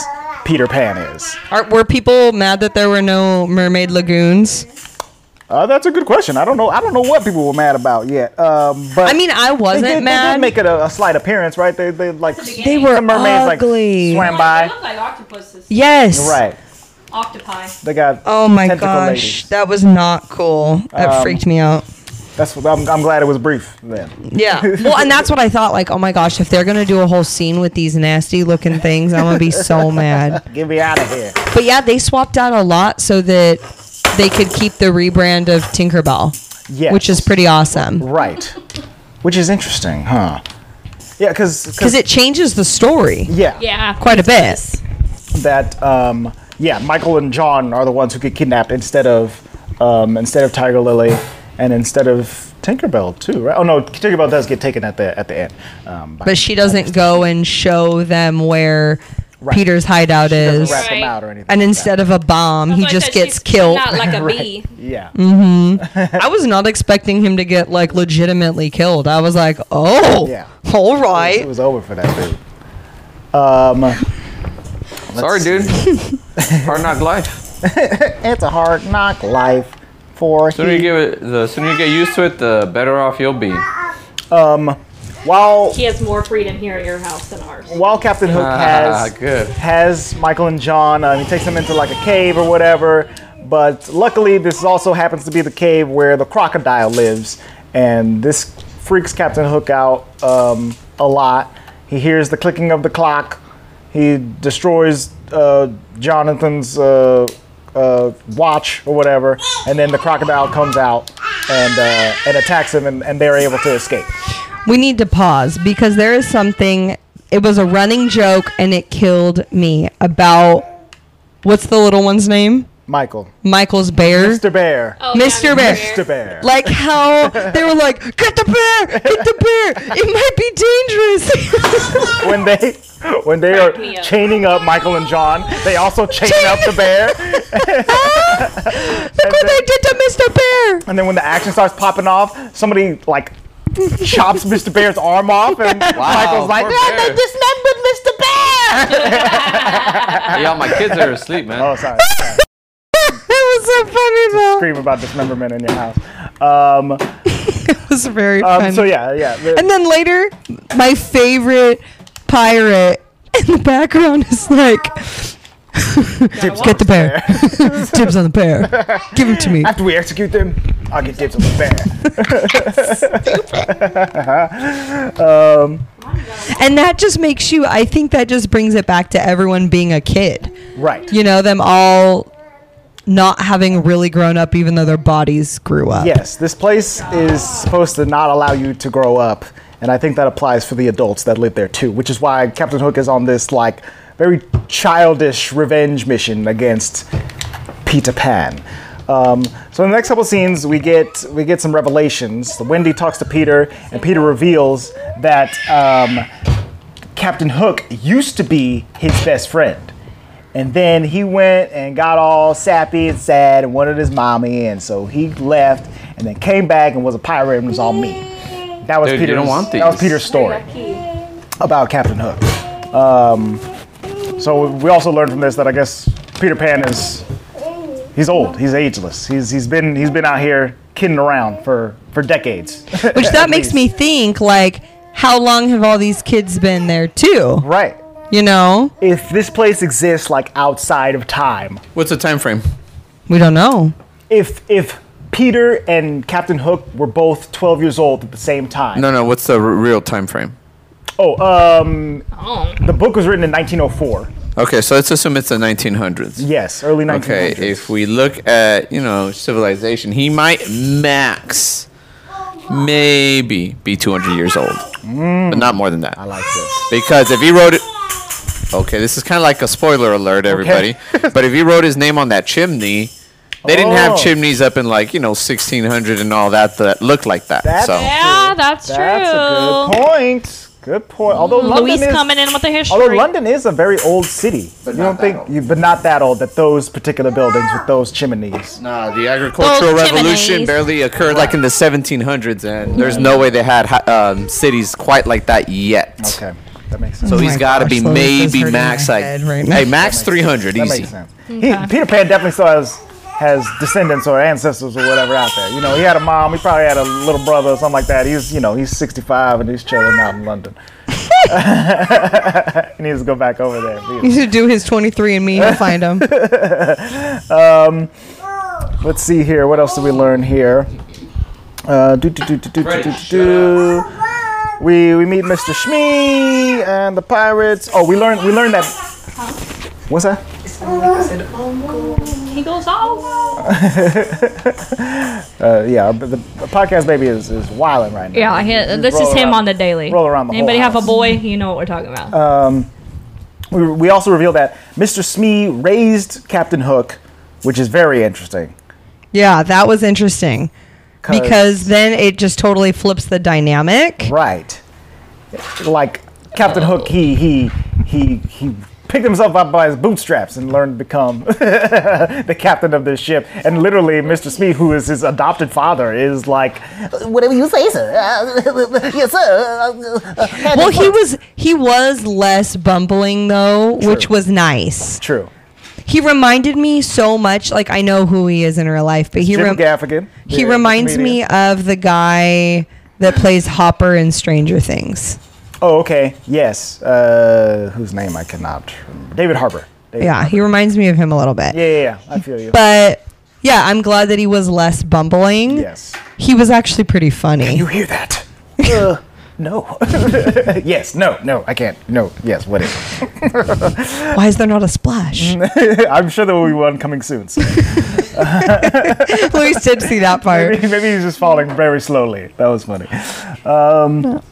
Speaker 7: Peter Pan is.
Speaker 5: are, were people mad that there were no mermaid lagoons?
Speaker 7: Uh, that's a good question. I don't know. I don't know what people were mad about yet. Um, but
Speaker 5: I mean, I wasn't
Speaker 7: they did, They
Speaker 5: mad.
Speaker 7: did make it a, a slight appearance, right? They they like
Speaker 5: They were
Speaker 7: the mermaids
Speaker 5: ugly.
Speaker 7: like swam by.
Speaker 3: look like octopuses.
Speaker 5: yes.
Speaker 7: Right.
Speaker 3: Octopi.
Speaker 7: They got
Speaker 5: Oh my
Speaker 7: tentacle
Speaker 5: gosh,
Speaker 7: ladies. Um,
Speaker 5: that was not cool. That freaked me out.
Speaker 7: That's what I'm, I'm glad it was brief then.
Speaker 5: Yeah. Well, and that's what I thought. Like, oh my gosh, if they're gonna do a whole scene with these nasty looking things, I'm gonna be so mad.
Speaker 7: Get me out of here.
Speaker 5: But yeah, they swapped out a lot so that they could keep the rebrand of Tinkerbell,
Speaker 7: Yeah.
Speaker 5: which is pretty awesome
Speaker 7: right. Which is interesting, huh? Yeah, because
Speaker 5: because it changes the story
Speaker 7: yeah
Speaker 3: Yeah.
Speaker 5: quite a bit.
Speaker 7: that um yeah Michael and John are the ones who get kidnapped instead of um instead of Tiger Lily and instead of Tinkerbell too, right? Oh no, Tinkerbell does get taken at the at the end. Um, by
Speaker 5: But she doesn't go and show them where
Speaker 7: Right.
Speaker 5: Peter's hideout is,
Speaker 7: doesn't rat them
Speaker 3: Right.
Speaker 7: out or anything.
Speaker 5: and
Speaker 7: like
Speaker 5: instead of a bomb, he just gets killed.
Speaker 3: Not like a bee.
Speaker 7: that. yeah,
Speaker 5: Mm-hmm. I was not expecting him to get like legitimately killed. I was like, oh,
Speaker 7: Yeah.
Speaker 5: all
Speaker 7: it
Speaker 5: right.
Speaker 7: was over for that dude. Um,
Speaker 1: Sorry, dude. Hard knock life.
Speaker 7: it's a hard knock life for
Speaker 1: Sooner you
Speaker 7: he-
Speaker 1: give it, the sooner you get used to it, the better off you'll be.
Speaker 7: while
Speaker 3: He has more freedom here at your house than ours.
Speaker 7: while Captain Hook
Speaker 1: Ah,
Speaker 7: has
Speaker 1: good.
Speaker 7: has Michael and John. Uh, he takes them into like a cave or whatever. But luckily, this also happens to be the cave where the crocodile lives, and this freaks Captain Hook out um, a lot. He hears the clicking of the clock. He destroys uh, Jonathan's uh, uh, watch or whatever, and then the crocodile comes out and uh, and attacks him, and, and they're able to escape.
Speaker 5: We need to pause because there is something. It was a running joke and it killed me about what's the little one's name?
Speaker 7: Michael,
Speaker 5: Michael's bear.
Speaker 7: Mr. Bear,
Speaker 3: Oh,
Speaker 5: Mr.
Speaker 3: yeah,
Speaker 5: Bear.
Speaker 7: Mr. Bear.
Speaker 5: Like how they were like, get the bear, get the bear. It might be dangerous.
Speaker 7: when they when they are
Speaker 3: Crack me up.
Speaker 7: chaining up Michael and John, they also chain up the bear.
Speaker 5: Ah! Look what they did to Mr. Bear.
Speaker 7: And then when the action starts popping off, somebody like chops Mr. Bear's arm off, and Michael's like,
Speaker 1: poor
Speaker 7: "Yeah, they
Speaker 1: bear."
Speaker 7: dismembered Mr. Bear."
Speaker 1: Hey, y'all, my kids are asleep, man.
Speaker 7: oh, sorry. sorry.
Speaker 5: It was so funny though.
Speaker 7: Scream about dismemberment in your house. Um,
Speaker 5: It was very funny.
Speaker 7: um, so yeah, yeah. the-
Speaker 5: And then later, my favorite pirate in the background is like, get the bear. Dibs on the bear. Give him to me.
Speaker 7: after we execute them, I'll get dibs on the bear.
Speaker 5: And that just makes you, I think that just brings it back to everyone being a kid.
Speaker 7: Right.
Speaker 5: You know, them all not having really grown up, even though their bodies grew up.
Speaker 7: Yes, this place is supposed to not allow you to grow up, and I think that applies for the adults that live there too, which is why Captain Hook is on this like very childish revenge mission against Peter Pan. Um, so in the next couple scenes, we get we get some revelations. Wendy talks to Peter, and Peter reveals that um, Captain Hook used to be his best friend. And then he went and got all sappy and sad and wanted his mommy, and so he left and then came back and was a pirate and was all mean. That was
Speaker 1: Dude, you
Speaker 7: Peter's
Speaker 1: don't want
Speaker 7: that was
Speaker 1: these.
Speaker 7: Peter's story about Captain Hook. Um, so we also learned from this that I guess Peter Pan is he's old, he's ageless, he's he's been he's been out here kidding around for for decades.
Speaker 5: Which that makes me think, like, how long have all these kids been there, too?
Speaker 7: right.
Speaker 5: You know?
Speaker 7: If this place exists like outside of time,
Speaker 1: What's the time frame?
Speaker 5: We don't know.
Speaker 7: if if Peter and Captain Hook were both 12 years old at the same time.
Speaker 1: No, no. What's the r- real time frame?
Speaker 7: Oh, um, the book was written in 1904.
Speaker 1: Okay, so let's assume it's the 1900s.
Speaker 7: Yes, early 1900s.
Speaker 1: Okay, if we look at you know civilization, he might max maybe be 200 years old, but not more than that.
Speaker 7: I like this.
Speaker 1: Because if he wrote it. Okay, this is kind of like a spoiler alert, everybody. but if he wrote his name on that chimney, they didn't
Speaker 7: Oh.
Speaker 1: have chimneys up in like, you know, 1600 and all that that looked like that.
Speaker 7: That's
Speaker 1: so,
Speaker 3: Yeah, that's,
Speaker 7: That's a
Speaker 3: true.
Speaker 7: good point. Good point. Although
Speaker 3: Louis
Speaker 7: London is,
Speaker 3: coming in with the history.
Speaker 7: although London is a very old city, you
Speaker 1: not
Speaker 7: don't
Speaker 1: that
Speaker 7: think,
Speaker 1: old.
Speaker 7: you, but not that old. That those particular buildings
Speaker 3: Ah.
Speaker 7: with those chimneys.
Speaker 1: nah, the agricultural
Speaker 3: Those
Speaker 1: revolution
Speaker 3: chimneys.
Speaker 1: barely occurred like in the 1700s, and there's no way they had hi- um, cities quite like that yet.
Speaker 7: Okay, that makes sense.
Speaker 1: So
Speaker 5: Oh my
Speaker 1: he's got to
Speaker 5: gosh,
Speaker 1: be
Speaker 5: Lois is
Speaker 1: maybe
Speaker 5: hurting my
Speaker 1: max like,
Speaker 5: head right now.
Speaker 1: hey, max 300,
Speaker 7: that
Speaker 1: easy.
Speaker 7: makes sense. He, Peter Pan definitely still has has descendants or ancestors or whatever out there. You know, he had a mom. He probably had a little brother or something like that. He's you know he's 65 and he's chilling out in London. he needs to go back over there. and be-
Speaker 5: You should do his 23 and me. You'll find him.
Speaker 7: Let's see here. What else did we learn here? Uh, do, do, do, do, do, do, do, do. We we meet Mr. Shmee and the pirates. Oh, we learned we learned that. What's that?
Speaker 3: he goes, oh.
Speaker 7: Uh, yeah, but the, the podcast baby is is wilding right now.
Speaker 3: Yeah, he, this
Speaker 7: roll
Speaker 3: is him
Speaker 7: around-
Speaker 3: on the daily.
Speaker 7: roll around the whole
Speaker 3: Anybody have
Speaker 7: house. Uh,
Speaker 3: a boy? You know what we're talking about.
Speaker 7: We, we also revealed that Mr. Smee raised Captain Hook, which is very interesting.
Speaker 5: Yeah, that was interesting. Because then it just totally flips the dynamic.
Speaker 7: Right. Like Captain Hook, he he he he picked himself up by his bootstraps and learned to become the captain of this ship. And literally, Mr. Smee, who is his adopted father, is like, whatever you say, sir. Uh, yes, sir. Uh, uh, Captain
Speaker 5: Well, he
Speaker 7: Hook."
Speaker 5: was he was less bumbling though, which was nice.
Speaker 7: true.
Speaker 5: He reminded me so much like I know who he is in real life, but he
Speaker 7: Jim
Speaker 5: rem-
Speaker 7: Gaffigan.
Speaker 5: he reminds me of the guy that plays Hopper in Stranger Things.
Speaker 7: Oh, okay. Yes. Uh, whose name I cannot remember. David Harbour. David-
Speaker 5: Yeah, he reminds me of him a little bit.
Speaker 7: Yeah, yeah, yeah. I feel you.
Speaker 5: But yeah, I'm glad that he was less bumbling.
Speaker 7: yes.
Speaker 5: He was actually pretty funny.
Speaker 7: You hear that? uh, no. yes, no, no, I can't. No, yes, what is it?
Speaker 5: Why is there not a splash?
Speaker 7: I'm sure there will be one coming soon. So
Speaker 5: Luis did see that part.
Speaker 7: maybe, maybe he's just falling very slowly. That was funny. Um,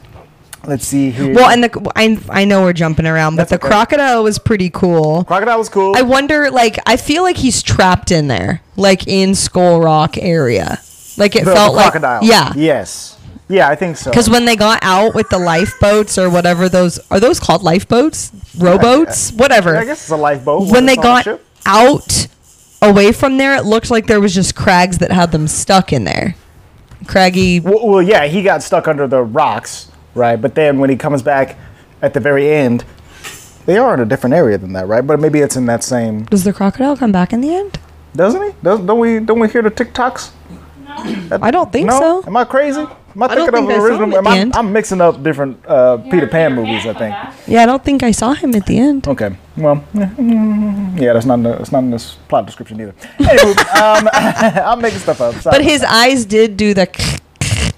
Speaker 7: let's see here.
Speaker 5: Well, and the I, I know we're jumping around, but the
Speaker 7: okay.
Speaker 5: crocodile was pretty cool.
Speaker 7: Crocodile was cool.
Speaker 5: I wonder, like, I feel like he's trapped in there, like in Skull Rock area. Like it
Speaker 7: the, the
Speaker 5: felt
Speaker 7: crocodile.
Speaker 5: like, yeah,
Speaker 7: Yes. Yeah, I think so.
Speaker 5: Because when they got out with the lifeboats or whatever those are, those called lifeboats, rowboats, whatever.
Speaker 7: I guess it's a lifeboat.
Speaker 5: when they
Speaker 7: it's on
Speaker 5: got
Speaker 7: a ship.
Speaker 5: out away from there, it looked like there was just crags that had them stuck in there. Craggy,
Speaker 7: Well, well, yeah, he got stuck under the rocks, right? But then when he comes back at the very end, they are in a different area than that, right? But maybe it's in that same.
Speaker 5: does the crocodile come back in the end?
Speaker 7: Doesn't he? Does, don't we? Don't we hear the TikToks?
Speaker 5: I don't think
Speaker 7: No,
Speaker 5: so.
Speaker 7: am I crazy? Am I
Speaker 5: I don't think
Speaker 7: thinking of
Speaker 5: I
Speaker 7: the
Speaker 5: saw him
Speaker 7: original?
Speaker 5: at
Speaker 7: Am
Speaker 5: the
Speaker 7: I,
Speaker 5: end.
Speaker 7: I'm mixing up different uh, Peter Pan movies, I think.
Speaker 5: Yeah, I don't think I saw him at the end.
Speaker 7: Okay, well, mm, yeah, that's not in the, that's not in this plot description either. Anywho, um, I'm making stuff up. Sorry.
Speaker 5: But his eyes did do the.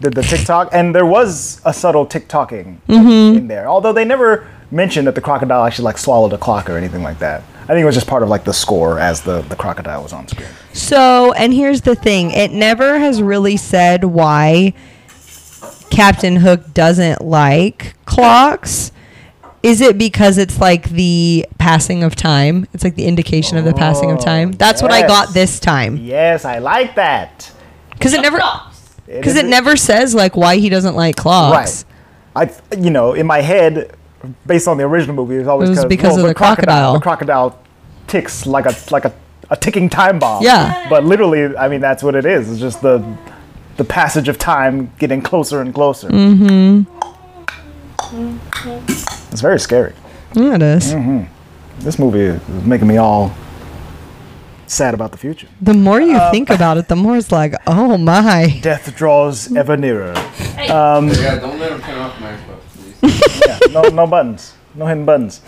Speaker 7: the, the TikTok, and there was a subtle TikToking
Speaker 5: Mm-hmm.
Speaker 7: in there. Although they never mentioned that the crocodile actually like swallowed a clock or anything like that. I think it was just part of like the score as the, the crocodile was on screen.
Speaker 5: So, and here's the thing it never has really said why Captain Hook doesn't like clocks. Is it because it's like the passing of time? It's like the indication of the passing of time. That's what I
Speaker 7: yes.
Speaker 5: got this time.
Speaker 7: Yes, I like that.
Speaker 5: Because it never. Because
Speaker 7: is-
Speaker 5: it never says like why he doesn't like clocks.
Speaker 7: Right. I, you know, in my head, based on the original movie, it's always
Speaker 5: It was because of the crocodile.
Speaker 7: The crocodile ticks like a like a, a ticking time bomb.
Speaker 5: Yeah.
Speaker 7: But literally, I mean, that's what it is. It's just the the passage of time getting closer and closer. Mm-hmm. It's very scary.
Speaker 5: Yeah, it is.
Speaker 7: This movie is making me all sad about the future.
Speaker 5: The more you think about it, the more it's like, oh my.
Speaker 7: Death draws ever nearer.
Speaker 1: Yeah, don't let him turn off my please.
Speaker 7: no, no buttons. No hidden buttons.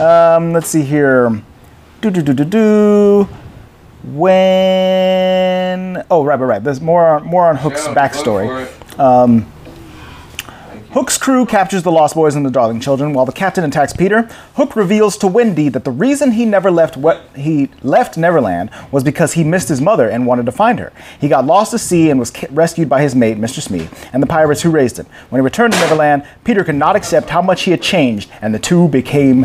Speaker 7: Um, let's see here. Do do do do do. when oh right right right there's more on, more on hook's backstory hook's crew captures the lost boys and the darling children while the captain attacks peter hook reveals to wendy that the reason he never left what he left neverland was because he missed his mother and wanted to find her he got lost at sea and was ki- rescued by his mate mr smee and the pirates who raised him when he returned to neverland peter could not accept how much he had changed and the two became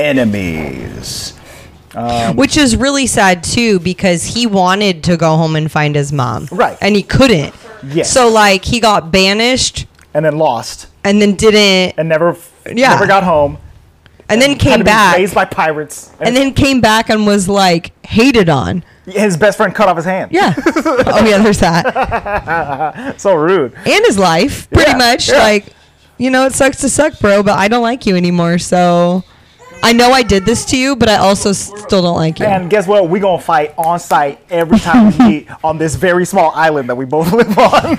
Speaker 7: enemies
Speaker 5: Which is really sad too because he wanted to go home and find his mom.
Speaker 7: Right.
Speaker 5: And he couldn't.
Speaker 7: Yes.
Speaker 5: So like he got banished
Speaker 7: and then lost
Speaker 5: and then didn't
Speaker 7: and never
Speaker 5: Yeah.
Speaker 7: never got home
Speaker 5: and then
Speaker 7: had
Speaker 5: came
Speaker 7: to
Speaker 5: back
Speaker 7: be raised by pirates
Speaker 5: and then came back and was like hated on.
Speaker 7: his best friend cut off his hand
Speaker 5: Yeah. oh yeah, there's that.
Speaker 7: so rude
Speaker 5: And his life pretty
Speaker 7: Yeah,
Speaker 5: much
Speaker 7: yeah.
Speaker 5: like you know it sucks to suck, bro, but I don't like you anymore. So I know I did this to you, but I also s- still don't like you.
Speaker 7: and guess what we gonna fight on site every time we meet on this very small island that we both live on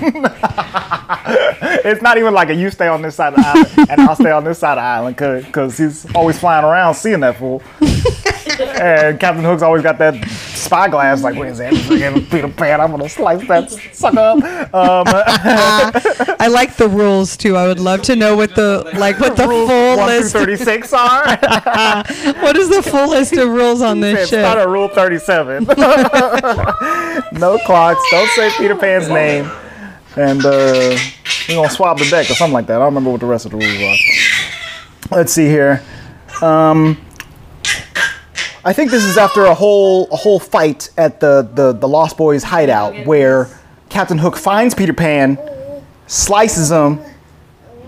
Speaker 7: it's not even like a you stay on this side of the island and i'll stay on this side of the island because he's always flying around seeing that fool and captain hook's always got that spyglass like where's that freaking peter pan i'm gonna slice that sucker up Um,
Speaker 5: I like the rules too. I would love to know what the like what the full
Speaker 7: one through
Speaker 5: list
Speaker 7: 36 are
Speaker 5: What is the full list of rules on this
Speaker 7: It's
Speaker 5: shit?
Speaker 7: not a rule 37. no clocks. Don't say Peter Pan's name. And uh, we're going to swab the deck or something like that. I don't remember what the rest of the rules are. Let's see here. Um, I think this is after a whole a whole fight at the, the, the Lost Boys hideout where Captain Hook finds Peter Pan, slices him,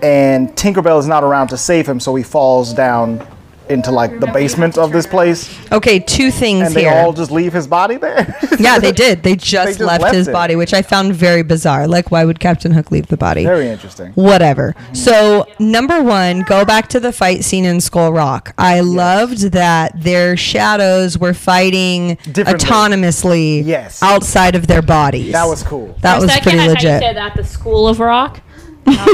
Speaker 7: and Tinkerbell is not around to save him, so he falls down into like the basement of this place
Speaker 5: Okay, two things
Speaker 7: and they
Speaker 5: here.
Speaker 7: all just leave his body there.
Speaker 5: yeah, they did. They just,
Speaker 7: just
Speaker 5: left,
Speaker 7: left
Speaker 5: his
Speaker 7: it.
Speaker 5: body, which I found very bizarre. Like, why would Captain Hook leave the body?
Speaker 7: Very interesting.
Speaker 5: Whatever. So, number one, go back to the fight scene in Skull Rock. I loved that their shadows were fighting
Speaker 7: Differently.
Speaker 5: autonomously
Speaker 7: Yes.
Speaker 5: outside of their bodies.
Speaker 7: That was cool.
Speaker 5: That was pretty
Speaker 3: I
Speaker 5: legit.
Speaker 3: said that the School of Rock.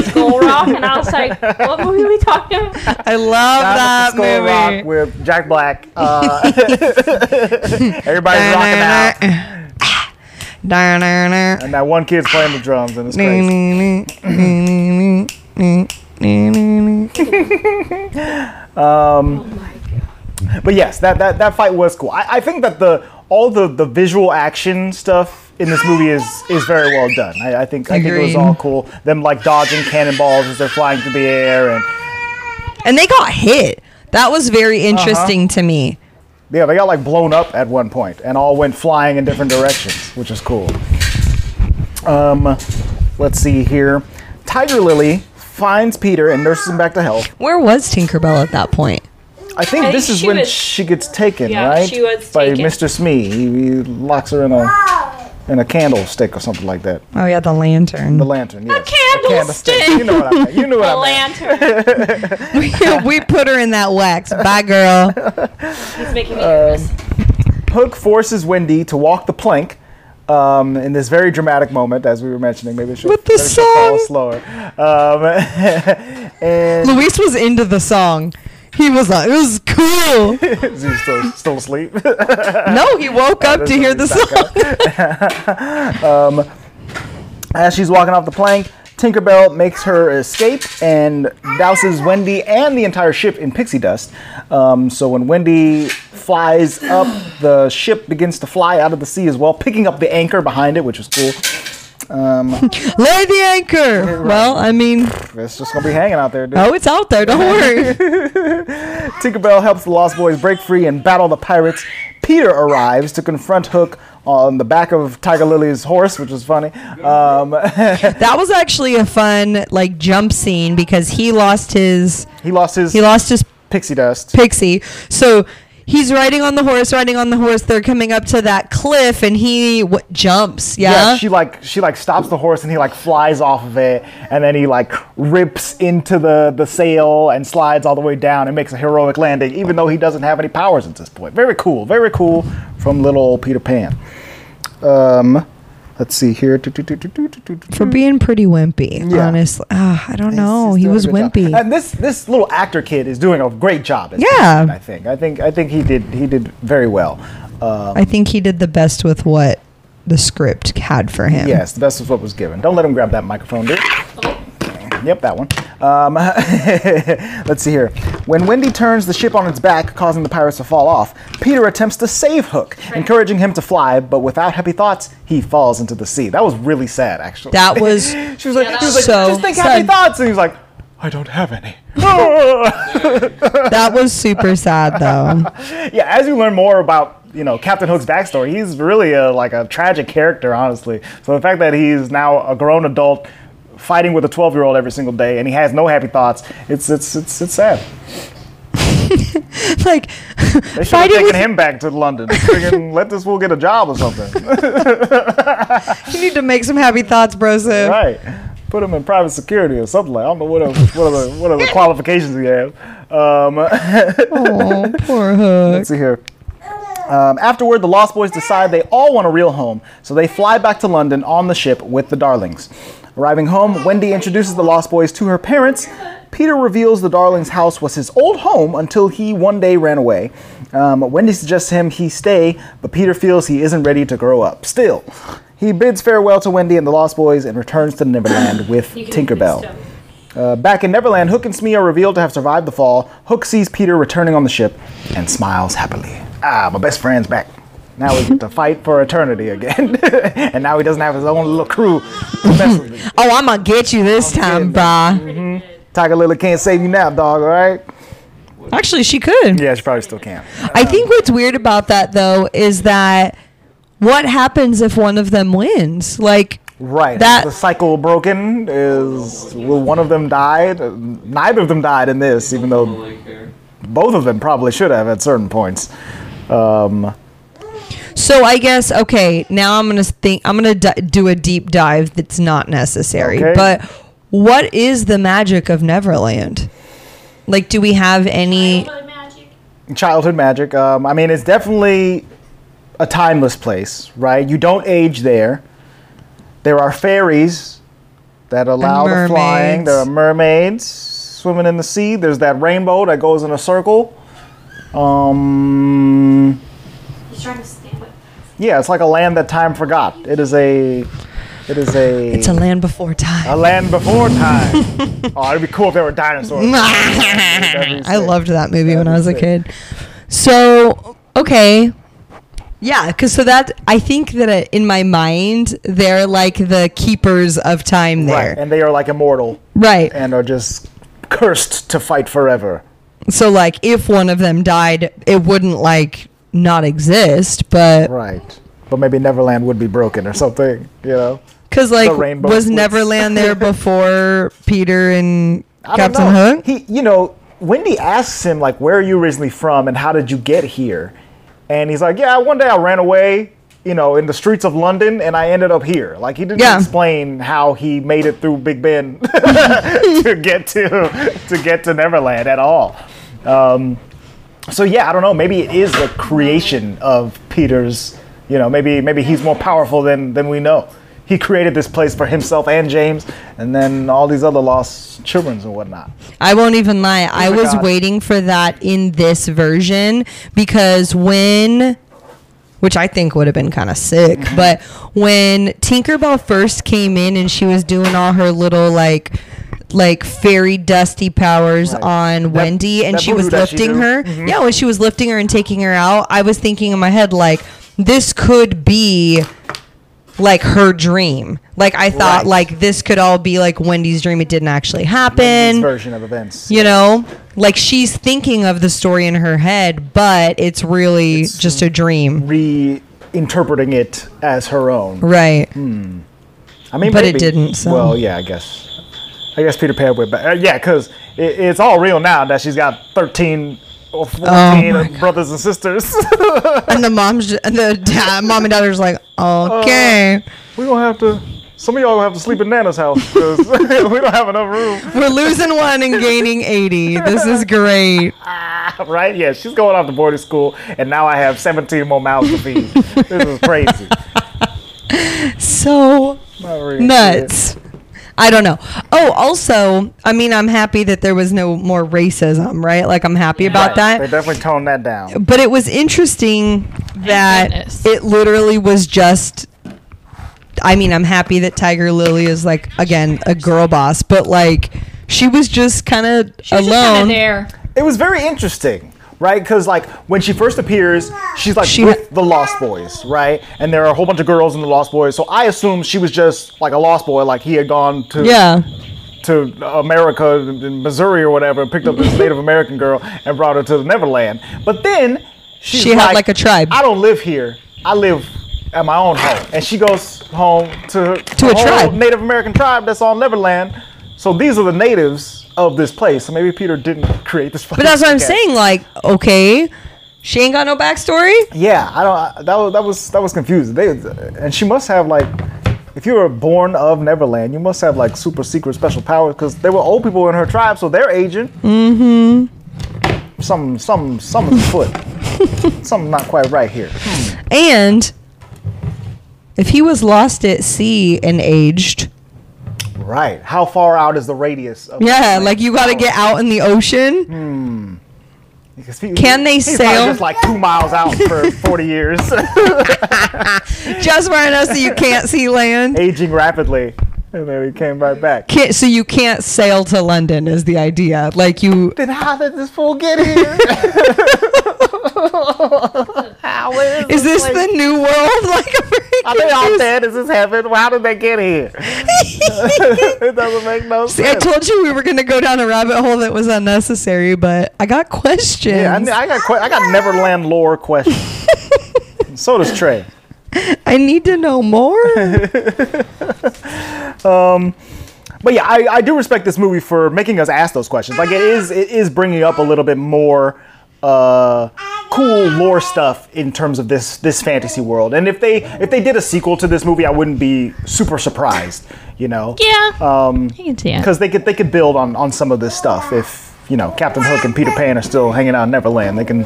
Speaker 3: School Rock, and I was like, "What movie are we talking about?"
Speaker 5: I love that,
Speaker 7: Skull
Speaker 5: movie.
Speaker 7: Rock with Jack Black. Uh, everybody's rocking out,
Speaker 5: Da-na-na.
Speaker 7: and that one kid's playing the drums, and it's crazy.
Speaker 5: It
Speaker 7: But yes, that, that that fight was cool. I, I think that the all the the visual action stuff in this movie is is very well done. I, I think I think it was
Speaker 5: Agreed.
Speaker 7: all cool. Them like dodging cannonballs as they're flying through the air, and
Speaker 5: and they got hit. That was very interesting to me.
Speaker 7: yeah, they got like blown up at one point, and all went flying in different directions, which is cool. Um, let's see here. Tiger Lily finds Peter and nurses him back to health.
Speaker 5: Where was Tinkerbell at that point?
Speaker 7: I think
Speaker 3: I
Speaker 7: this
Speaker 3: think
Speaker 7: is
Speaker 3: she
Speaker 7: when
Speaker 3: was-
Speaker 7: she gets taken,
Speaker 3: Yeah,
Speaker 7: right?
Speaker 3: she was
Speaker 7: by
Speaker 3: taken.
Speaker 7: Mr. Smee. He, he locks her in a in a candlestick or something like that.
Speaker 5: Oh yeah, the lantern.
Speaker 7: The lantern. Yes.
Speaker 3: candlestick.
Speaker 7: You know what I meant. You knew what
Speaker 3: The
Speaker 7: I meant.
Speaker 3: lantern.
Speaker 5: we put her in that wax. Bye, girl.
Speaker 3: It's making me nervous.
Speaker 7: Hook forces Wendy to walk the plank. Um, in this very dramatic moment, as we were mentioning, maybe she'll,
Speaker 5: With the
Speaker 7: maybe she'll fall
Speaker 5: song.
Speaker 7: slower. Um, and
Speaker 5: Luis was into the song. He was like, it was cool.
Speaker 7: she's still, still asleep.
Speaker 5: No, he woke up to hear the song.
Speaker 7: As she's walking off the plank, Tinkerbell makes her escape and douses Wendy and the entire ship in pixie dust. Um, so when Wendy flies up, the ship begins to fly out of the sea as well, picking up the anchor behind it, which is cool.
Speaker 5: Lay the anchor. Well, I mean,
Speaker 7: It's just gonna be hanging out there, dude.
Speaker 5: oh, it's out there. Don't worry.
Speaker 7: Tinkerbell helps the Lost Boys break free and battle the pirates. Peter arrives to confront Hook on the back of Tiger Lily's horse, which is funny. Um,
Speaker 5: That was actually a fun like jump scene because he lost his
Speaker 7: he lost his
Speaker 5: he lost his
Speaker 7: pixie dust.
Speaker 5: pixie. So he's riding on the horse, riding on the horse. They're coming up to that cliff, and he w- jumps. Yeah.
Speaker 7: Yeah, she like she like stops the horse and he like flies off of it and then he like rips into the the sail and slides all the way down and makes a heroic landing even though he doesn't have any powers at this point. Very cool, very cool from little Peter Pan. Um, let's see here. Do, do, do, do, do, do, do, do.
Speaker 5: for being pretty wimpy,
Speaker 7: Mm. Yeah.
Speaker 5: honestly. Ah, I don't know.
Speaker 7: He's
Speaker 5: He
Speaker 7: doing a
Speaker 5: was
Speaker 7: good job.
Speaker 5: wimpy.
Speaker 7: And this this little actor kid is doing a great job. As
Speaker 5: Yeah.
Speaker 7: Peter Pan, I think I think I think he did he did very well. Um,
Speaker 5: I think he did the best with what the script had for him.
Speaker 7: Yes, the best is what was given. Don't let him grab that microphone, dude. Yep, that one. Um, let's see here. When Wendy turns the ship on its back, causing the pirates to fall off, Peter attempts to save Hook, encouraging him to fly, but without happy thoughts, he falls into the sea. That was really sad, actually.
Speaker 5: That was
Speaker 7: she was like,
Speaker 5: Yeah,
Speaker 7: she
Speaker 5: that
Speaker 7: was like
Speaker 5: was so
Speaker 7: just think happy
Speaker 5: sad.
Speaker 7: thoughts, and he was like, I don't have any.
Speaker 5: that was super sad though.
Speaker 7: yeah, as you learn more about you know Captain Hook's backstory, he's really a like a tragic character, honestly. So the fact that he's now a grown adult fighting with a twelve year old every single day and he has no happy thoughts, it's it's it's it's sad.
Speaker 5: like
Speaker 7: They should have
Speaker 5: fighting
Speaker 7: taken
Speaker 5: with
Speaker 7: him back to London. Friggin' let this fool get a job or something.
Speaker 5: you need to make some happy thoughts, Brosa.
Speaker 7: right. Put him in private security or something like I don't know what else, what are the what are the qualifications he has. Um,
Speaker 5: Oh, poor Hook.
Speaker 7: Let's see here. Um, afterward, the Lost Boys decide they all want a real home, so they fly back to London on the ship with the Darlings. Arriving home, Wendy introduces the Lost Boys to her parents. Peter reveals the Darlings' house was his old home until he one day ran away. Um, Wendy suggests him he stay, but Peter feels he isn't ready to grow up. Still, he bids farewell to Wendy and the Lost Boys and returns to Neverland with Tinkerbell. Uh, back in Neverland, Hook and Smee are revealed to have survived the fall. Hook sees Peter returning on the ship and smiles happily. Ah, my best friend's back. Now we get to fight for eternity again. and now he doesn't have his own little crew. to mess with me.
Speaker 5: Oh, I'm gonna get you this time, brah.
Speaker 7: Tiger Lily can't save you now, dog, all right?
Speaker 5: Actually, she could.
Speaker 7: Yeah, she probably still can.
Speaker 5: I think what's weird about that though is that what happens if one of them wins? Like
Speaker 7: Right.
Speaker 5: That-
Speaker 7: the cycle broken is. Well, one of them died. Uh, Neither of them died in this, even though both of them probably should have at certain points. Um,
Speaker 5: so I guess okay, now I'm going to think I'm going to d- do a deep dive that's not necessary.
Speaker 7: Okay.
Speaker 5: But what is the magic of Neverland? Like do we have any
Speaker 7: childhood magic. Um, I mean, it's definitely a timeless place, right? You don't age there. There are fairies that allow the flying.
Speaker 5: mermaids.
Speaker 7: There are mermaids swimming in the sea. There's that rainbow that goes in a circle. Um,
Speaker 8: He's trying to stand up.
Speaker 7: yeah, it's like a land that time forgot. It is a, it is a,
Speaker 5: It's a land before time.
Speaker 7: a land before time. oh, it'd be cool if there were dinosaurs. That'd be
Speaker 5: I
Speaker 7: sick.
Speaker 5: loved that movie when I was a
Speaker 7: sick.
Speaker 5: kid. So okay, yeah, because so that I think that uh, in my mind they're like the keepers of time
Speaker 7: Right,
Speaker 5: there,
Speaker 7: and they are like immortal
Speaker 5: right?
Speaker 7: and are just cursed to fight forever.
Speaker 5: So like if one of them died, it wouldn't like not exist, but
Speaker 7: Right. But maybe Neverland would be broken or something, you know?
Speaker 5: because like
Speaker 7: rainbow
Speaker 5: was
Speaker 7: splits.
Speaker 5: Neverland there before Peter and
Speaker 7: I don't
Speaker 5: Captain
Speaker 7: know.
Speaker 5: Hook?
Speaker 7: He, you know, Wendy asks him, like, where are you originally from and how did you get here? And he's like, yeah, one day I ran away, you know, in the streets of London and I ended up here. Like, he didn't
Speaker 5: Yeah.
Speaker 7: explain how he made it through Big Ben to get to, to get to Neverland at all. Um, so yeah, I don't know. Maybe it is the creation of Peter's. You know, maybe maybe he's more powerful than than we know. He created this place for himself and James, and then all these other lost childrens and whatnot.
Speaker 5: I won't even lie. I
Speaker 7: Oh my
Speaker 5: was
Speaker 7: God.
Speaker 5: waiting for that in this version because when, which I think would have been kind of sick, but when Tinkerbell first came in and she was doing all her little like, like fairy dusty powers
Speaker 7: Right.
Speaker 5: on Wendy and
Speaker 7: that
Speaker 5: she was
Speaker 7: voodoo that she Mm-hmm.
Speaker 5: lifting
Speaker 7: do.
Speaker 5: her. Yeah, when she was lifting her and taking her out, I was thinking in my head, like, this could be like her dream. Like I thought
Speaker 7: Right.
Speaker 5: like this could all be like Wendy's dream. It didn't actually
Speaker 7: His
Speaker 5: happen
Speaker 7: version of events.
Speaker 5: you know like she's thinking of the story in her head but it's mm. really just a dream
Speaker 7: Reinterpreting it as her own.
Speaker 5: right
Speaker 7: I mean,
Speaker 5: But it
Speaker 7: maybe-
Speaker 5: didn't, so-
Speaker 7: Well, yeah, I guess. I guess Peter Pan went back. Uh, yeah, because it, it's all real now that she's got thirteen or fourteen
Speaker 5: Oh my
Speaker 7: brothers and sisters.
Speaker 5: and the mom's ju- and the dad, mom and dad are just like okay
Speaker 7: we gonna have to. Some of y'all gonna have to sleep in Nana's house because we don't have enough room.
Speaker 5: we're losing one and gaining 80 this is great
Speaker 7: right? Yeah, she's going off to boarding school, and now I have 17 more mouths to feed. this is crazy.
Speaker 5: so
Speaker 7: Not really
Speaker 5: nuts I don't know. Oh, also, I mean, I'm happy that there was no more racism, right? Like, I'm happy about
Speaker 7: shit. They
Speaker 5: that.
Speaker 7: definitely toned that down.
Speaker 5: But it was interesting that
Speaker 3: goodness.
Speaker 5: it literally was just I mean, I'm happy that Tiger Lily is like again a girl boss, but like she was just kind of
Speaker 3: She was just kinda
Speaker 5: alone.
Speaker 3: there.
Speaker 7: It was very interesting, right? Because like when she first appears, she's like
Speaker 5: She-
Speaker 7: with the Lost Boys, right? And there are a whole bunch of girls in the Lost Boys, so I assume she was just like a Lost Boy, like he had gone to
Speaker 5: Yeah.
Speaker 7: to America, in Missouri or whatever, and picked up this Native American girl and brought her to the Neverland. But then she's
Speaker 5: She had, like, a tribe.
Speaker 7: I don't live here. I live at my own home, and she goes home to to
Speaker 5: a tribe.
Speaker 7: Native American tribe that's on Neverland. So these are the natives of this place. So maybe Peter didn't create this.
Speaker 5: But that's what I'm saying. Like, okay, she ain't got no backstory.
Speaker 7: Yeah, I don't. I, that was that was that was confusing. They and she must have like, if you were born of Neverland, you must have like super secret special powers because there were old people in her tribe, so they're aging. Mm-hmm.
Speaker 5: Mm-hmm.
Speaker 7: Some some something's foot. Something not quite right here.
Speaker 5: And if he was lost at sea and aged,
Speaker 7: Right. How far out is the radius? Of
Speaker 5: yeah, like you got to get out in the ocean.
Speaker 7: Because he-
Speaker 5: Can they
Speaker 7: he's probably
Speaker 5: sail?
Speaker 7: Just like two miles out for forty years,
Speaker 5: just far enough so you can't see land.
Speaker 7: aging rapidly, and then he came right back.
Speaker 5: Can't, so you can't sail to London is the idea. Like you,
Speaker 7: Then how did this fool get here? how is
Speaker 5: is this the new world? Like I'm very
Speaker 7: Are they all
Speaker 5: confused.
Speaker 7: dead? Is this heaven? How did they get here? it doesn't make no
Speaker 5: See, I
Speaker 7: sense.
Speaker 5: told you we were gonna go down a rabbit hole that was unnecessary, but I got questions.
Speaker 7: yeah, I, kn-
Speaker 5: I,
Speaker 7: I got que- I got Neverland lore questions. And so does Trey.
Speaker 5: need to know more.
Speaker 7: But yeah, I, I do respect this movie for making us ask those questions. Like it is it is bringing up a little bit more uh, cool lore stuff in terms of this this fantasy world. And if they if they did a sequel to this movie, I wouldn't be super surprised. You know.
Speaker 3: Yeah. Um, I can see it.
Speaker 7: because they could they could build on on some of this stuff if you know Captain Hook and Peter Pan are still hanging out in Neverland. They can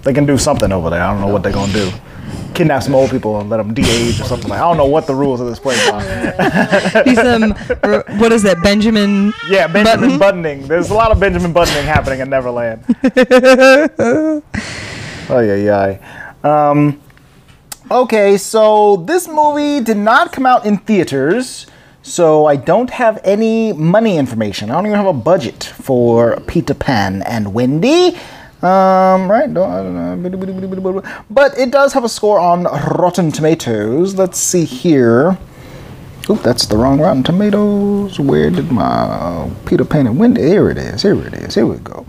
Speaker 7: they can do something over there. I don't know what they're gonna do. Kidnap some old people and let them de-age or something. Like, I don't know what the rules of this place are.
Speaker 5: He's um, r- what is it, Benjamin?
Speaker 7: Yeah, Benjamin Buttoning. There's a lot of Benjamin Buttoning happening in Neverland. oh yeah, yeah. Um, okay, so this movie did not come out in theaters, so I don't have any money information. I don't even have a budget for Peter Pan and Wendy. Um, right? don't- I don't know. But it does have a score on Rotten Tomatoes. Let's see here. Oop, that's the wrong Rotten Tomatoes. Where did my uh, Peter Pan and Wendy? Here it is. Here it is. Here we go.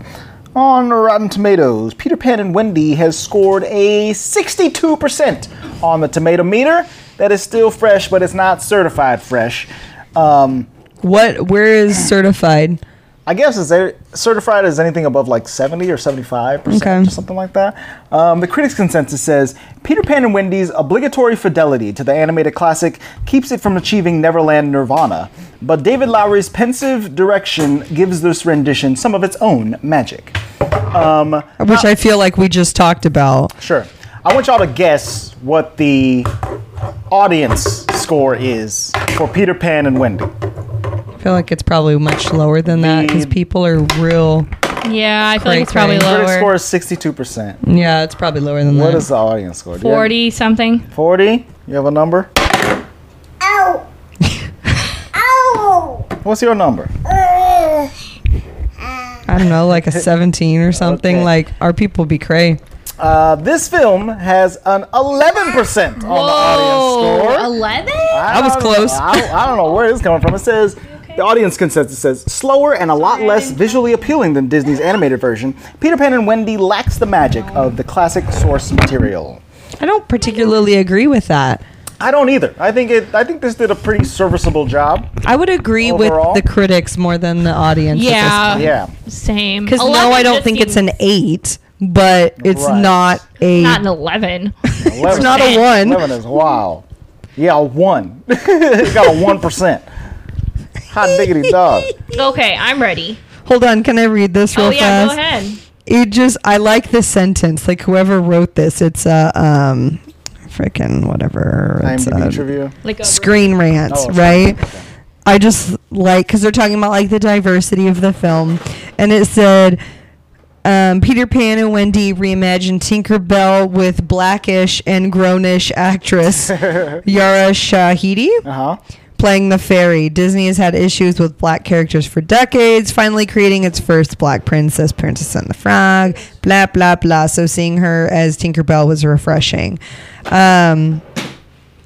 Speaker 7: On Rotten Tomatoes, Peter Pan and Wendy has scored a 62% on the tomato meter. That is still fresh, but it's not certified fresh. Um,
Speaker 5: What? Where is certified?
Speaker 7: I guess is there certified as anything above like 70 or 75 percent
Speaker 5: Okay.
Speaker 7: or something like that. Um, the critics' consensus says Peter Pan and Wendy's obligatory fidelity to the animated classic keeps it from achieving Neverland Nirvana, but David Lowery's pensive direction gives this rendition some of its own magic. Um,
Speaker 5: Which I feel like we just talked about.
Speaker 7: sure, I want y'all to guess what the audience score is for Peter Pan and Wendy.
Speaker 5: I feel like it's probably much lower than that because
Speaker 7: The-
Speaker 5: people are real.
Speaker 3: Yeah, I feel
Speaker 5: Cray
Speaker 3: like it's probably
Speaker 5: cray.
Speaker 7: Critics score
Speaker 3: lower. Mm-hmm.
Speaker 7: is 62 percent.
Speaker 5: Yeah, it's probably lower than
Speaker 7: What
Speaker 5: that.
Speaker 7: is the audience score? Do you have-
Speaker 3: Forty something.
Speaker 7: 40? You have a number? Oh.
Speaker 8: Ow! Ow!
Speaker 7: What's your number?
Speaker 8: Ugh.
Speaker 5: I don't know, like a 17 or something.
Speaker 7: Okay.
Speaker 5: Like, our people be cray.
Speaker 7: Uh, this film has an 11% on the audience score.
Speaker 3: eleven.
Speaker 7: I
Speaker 5: was
Speaker 7: don't-
Speaker 5: close.
Speaker 7: I, don't- I don't know where this is coming from. It says the audience consensus says slower and a lot less visually appealing than Disney's animated version. Peter Pan and Wendy lacks the magic of the classic source material.
Speaker 5: I don't particularly agree with that.
Speaker 7: I don't either. I think it. I think this did a pretty serviceable job.
Speaker 5: I would agree
Speaker 7: Overall?
Speaker 5: with the critics more than the audience.
Speaker 3: Yeah.
Speaker 7: Yeah.
Speaker 3: Same.
Speaker 5: Because no, I don't think it's an eight, but it's
Speaker 7: Right.
Speaker 5: not a.
Speaker 3: not an eleven.
Speaker 5: it's not a one.
Speaker 7: Eleven is wow. Yeah, a one. it got a one percent. Hot diggity dog.
Speaker 3: okay, I'm ready.
Speaker 5: Hold on, can I read this real
Speaker 3: Oh yeah,
Speaker 5: fast?
Speaker 3: go ahead.
Speaker 5: It just, I like this sentence. Like whoever wrote this, it's a um, freaking whatever. It's
Speaker 7: IMDb
Speaker 5: a
Speaker 7: trivia.
Speaker 3: Like uh, a
Speaker 5: screen rant,
Speaker 7: Oh,
Speaker 5: right? I just like because they're talking about like the diversity of the film, and it said Um, Peter Pan and Wendy reimagined Tinkerbell with blackish and grownish actress Yara Shahidi
Speaker 7: Uh huh.
Speaker 5: playing the fairy. Disney has had issues with black characters for decades, finally creating its first black princess, Princess and the Frog, blah, blah, blah. So seeing her as Tinkerbell was refreshing. Um,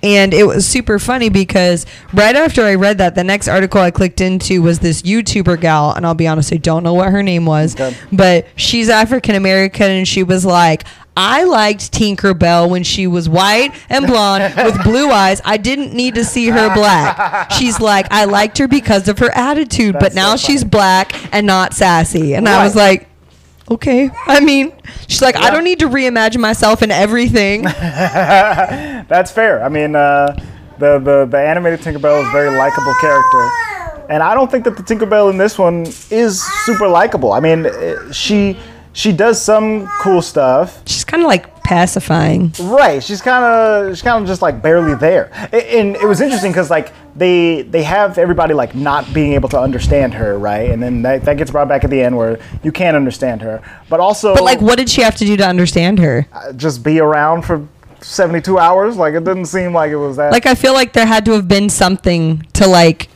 Speaker 5: and it was super funny because right after I read that, the next article I clicked into was this YouTuber gal, and I'll be honest, I don't know what her name was,
Speaker 7: Okay.
Speaker 5: but she's African American, and she was like, I liked Tinkerbell when she was white and blonde with blue eyes. I didn't need to see her black. She's like, I liked her because of her attitude, but
Speaker 7: That's so
Speaker 5: now
Speaker 7: funny.
Speaker 5: she's black and not sassy. And I was
Speaker 7: Right.
Speaker 5: like, okay. I mean, she's like, I
Speaker 7: Yeah.
Speaker 5: don't need to reimagine myself in everything.
Speaker 7: That's fair. I mean, uh, the, the the animated Tinkerbell is a very likable character, and I don't think that the Tinkerbell in this one is super likable. I mean, eh, she she does some cool stuff.
Speaker 5: She's kind of like pacifying.
Speaker 7: Right. She's kind of she's kind of just like barely there. A- And it was interesting because like they they have everybody like not being able to understand her, right? And then that, that gets brought back at the end where you can't understand her, but also
Speaker 5: But like, what did she have to do to understand her?
Speaker 7: just be around for. 72 hours like it didn't seem like it was that
Speaker 5: Like, I feel like there had to have been something to like,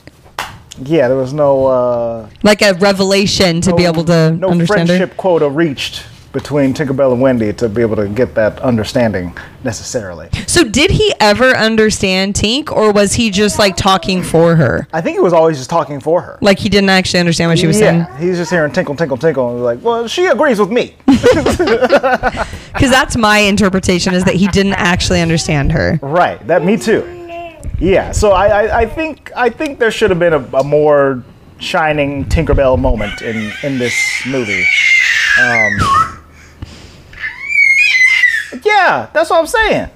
Speaker 7: yeah there was no uh
Speaker 5: like a revelation to be able to
Speaker 7: no
Speaker 5: understand
Speaker 7: friendship
Speaker 5: her.
Speaker 7: quota reached between Tinkerbell and Wendy to be able to get that understanding necessarily.
Speaker 5: So, did he ever understand Tink, or was he just like talking for her?
Speaker 7: I think he was always just talking for her.
Speaker 5: Like, he didn't actually understand what she was saying?
Speaker 7: yeah, he's just hearing tinkle, tinkle, tinkle, and like, well, she agrees with me.
Speaker 5: Because that's my interpretation is that he didn't actually understand her.
Speaker 7: right, that me too. Yeah, so I, I, I think I think there should have been a, a more shining Tinkerbell moment in in this movie. Um, yeah, that's what I'm saying.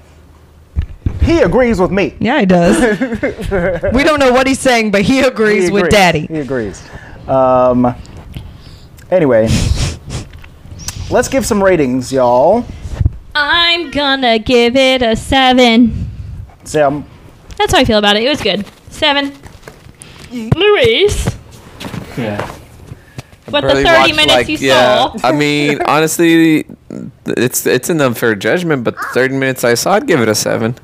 Speaker 7: He agrees with me.
Speaker 5: Yeah, he does. we don't know what he's saying, but he agrees,
Speaker 7: He
Speaker 5: with
Speaker 7: agrees.
Speaker 5: Daddy.
Speaker 7: He agrees. Um, anyway, let's give some ratings, y'all.
Speaker 3: I'm gonna give it a seven.
Speaker 7: See, I'm,
Speaker 3: That's how I feel about it. It was good. Seven. Luis,
Speaker 1: Yeah.
Speaker 3: what the 30 minutes you saw.
Speaker 1: I mean, honestly, it's it's an unfair judgment, but the 30 minutes I saw, I'd give it a seven.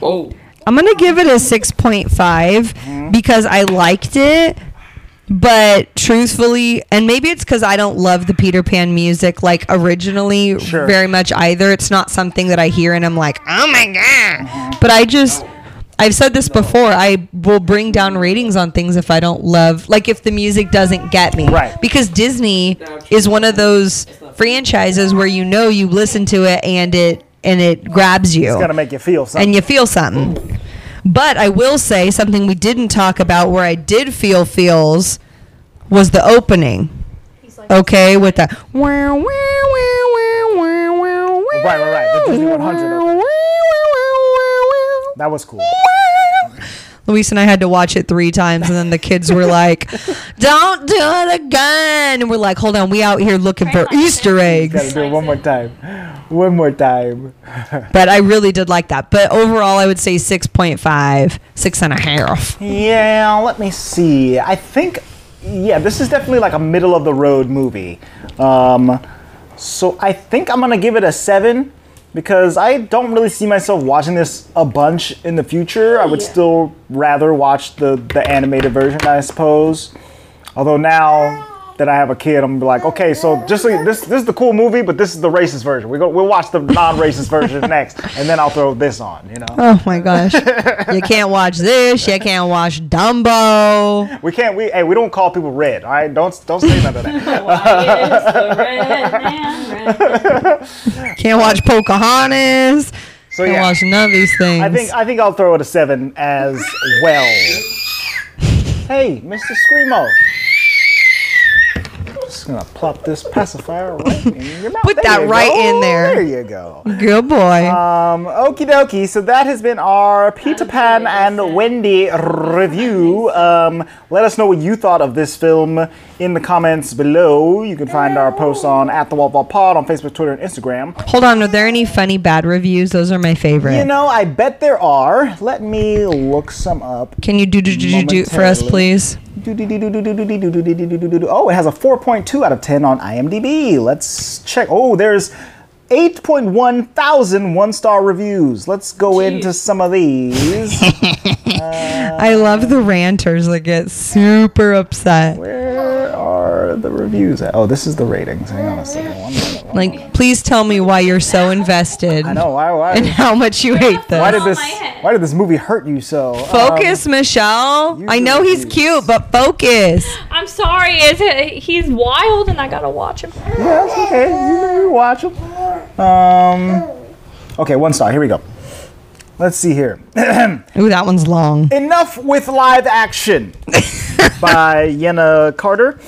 Speaker 1: Oh.
Speaker 5: I'm gonna give it a
Speaker 7: Mm-hmm.
Speaker 5: 6.5 because I liked it, but truthfully, and maybe it's because I don't love the Peter Pan music like originally
Speaker 7: Sure.
Speaker 5: very much either. It's not something that I hear and I'm like, oh my
Speaker 7: Mm-hmm.
Speaker 5: god. But I just. I've said this before. I will bring down ratings on things if I don't love, like if the music doesn't get me.
Speaker 7: Right.
Speaker 5: Because Disney is one of those franchises where you know you listen to it and it and it grabs you
Speaker 7: it's gonna make you feel something.
Speaker 5: and you feel something. But I will say something we didn't talk about where I did feel feels was the opening. Okay, with that. Right,
Speaker 7: right, right, the Disney 100 opening. that was cool.
Speaker 5: Luis and I had to watch it three times, and then the kids were like, "Don't do it again." And we're like, "Hold on, we out here looking for Easter eggs."
Speaker 7: Gotta do it one more time. One more time.
Speaker 5: But I really did like that. But overall, I would say 6.5, six and a half.
Speaker 7: Yeah, let me see. I think, yeah, this is definitely like a middle of the road movie. Um, so I think I'm gonna give it a seven because I don't really see myself watching this a bunch in the future. I would still rather watch the the animated version, I suppose. Although now that I have a kid, I'm gonna be like, okay, so just so you- this this is the cool movie, but this is the racist version. We go we'll watch the non-racist version next, and then I'll throw this on. You know,
Speaker 5: Oh my gosh. you can't watch this. You can't watch Dumbo.
Speaker 7: we can't we hey we don't call people red. All right, don't don't say none of that.
Speaker 5: Can't watch Pocahontas.
Speaker 7: So
Speaker 5: Can't
Speaker 7: Oh, yeah,
Speaker 5: watch none of these things.
Speaker 7: I think I think I'll throw it a seven as well. hey, Mr. Screamo. Just gonna plop this pacifier right in your mouth.
Speaker 5: Put
Speaker 7: There
Speaker 5: that
Speaker 7: you
Speaker 5: right
Speaker 7: go.
Speaker 5: in there.
Speaker 7: There you go.
Speaker 5: Good boy.
Speaker 7: Um, okie dokie. So that has been our Peter Pan and Wendy review. Um, let us know what you thought of this film in the comments below. You can find our posts on at the Waffle Pod on Facebook, Twitter, and Instagram.
Speaker 5: Hold on. Are there any funny bad reviews? Those are my favorite.
Speaker 7: You know, I bet there are. Let me look some up.
Speaker 5: Can you do do do do do it for us,
Speaker 7: Momentarily.
Speaker 5: please?
Speaker 7: Do, Oh, it has a 4.2 out of 10 on IMDb. Let's check. Oh, there's 8.1 thousand one star reviews. Let's go into some of these.
Speaker 5: I love the ranters that get super upset.
Speaker 7: Where are the reviews at? Oh, this is the ratings. Hang on a second. One minute. One
Speaker 5: Like, please tell me why you're so invested
Speaker 7: I know. Why,
Speaker 5: and
Speaker 7: why,
Speaker 5: how much you hate this.
Speaker 7: why did this
Speaker 3: my head.
Speaker 7: Why did this movie hurt you so?
Speaker 5: focus,
Speaker 7: Um,
Speaker 5: Michelle. I know he's
Speaker 7: usually-
Speaker 5: cute, but focus.
Speaker 3: I'm sorry. Is he's wild and I gotta watch him.
Speaker 7: Um, yeah, it's okay. You, you watch them. Um, okay, one star. Here we go. Let's see here.
Speaker 5: Ooh, that one's long.
Speaker 7: Enough with live action by Yenna Carter.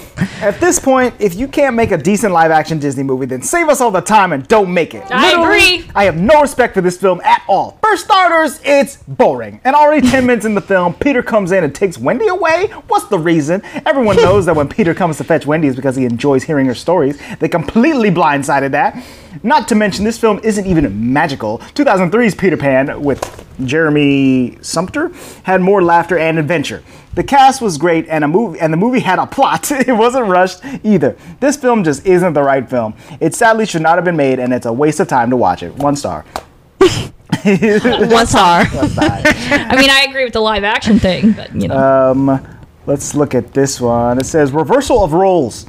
Speaker 7: At this point, if you can't make a decent live action Disney movie, then save us all the time and don't make it.
Speaker 3: I
Speaker 7: Literally,
Speaker 3: agree.
Speaker 7: I have no respect for this film at all. For starters, it's boring. And already 10 minutes in the film, Peter comes in and takes Wendy away? What's the reason? Everyone knows that when Peter comes to fetch Wendy, it's because he enjoys hearing her stories. They completely blindsided that. Not to mention, this film isn't even magical. 2003's Peter Pan with Jeremy Sumpter had more laughter and adventure. The cast was great, and a movie and the movie had a plot. It wasn't rushed either. This film just isn't the right film. It sadly should not have been made, and it's a waste of time to watch it. One star.
Speaker 5: One star.
Speaker 3: I mean, I agree with the live action thing, but you know.
Speaker 5: Uh,
Speaker 7: Let's look at this one. It says reversal of roles.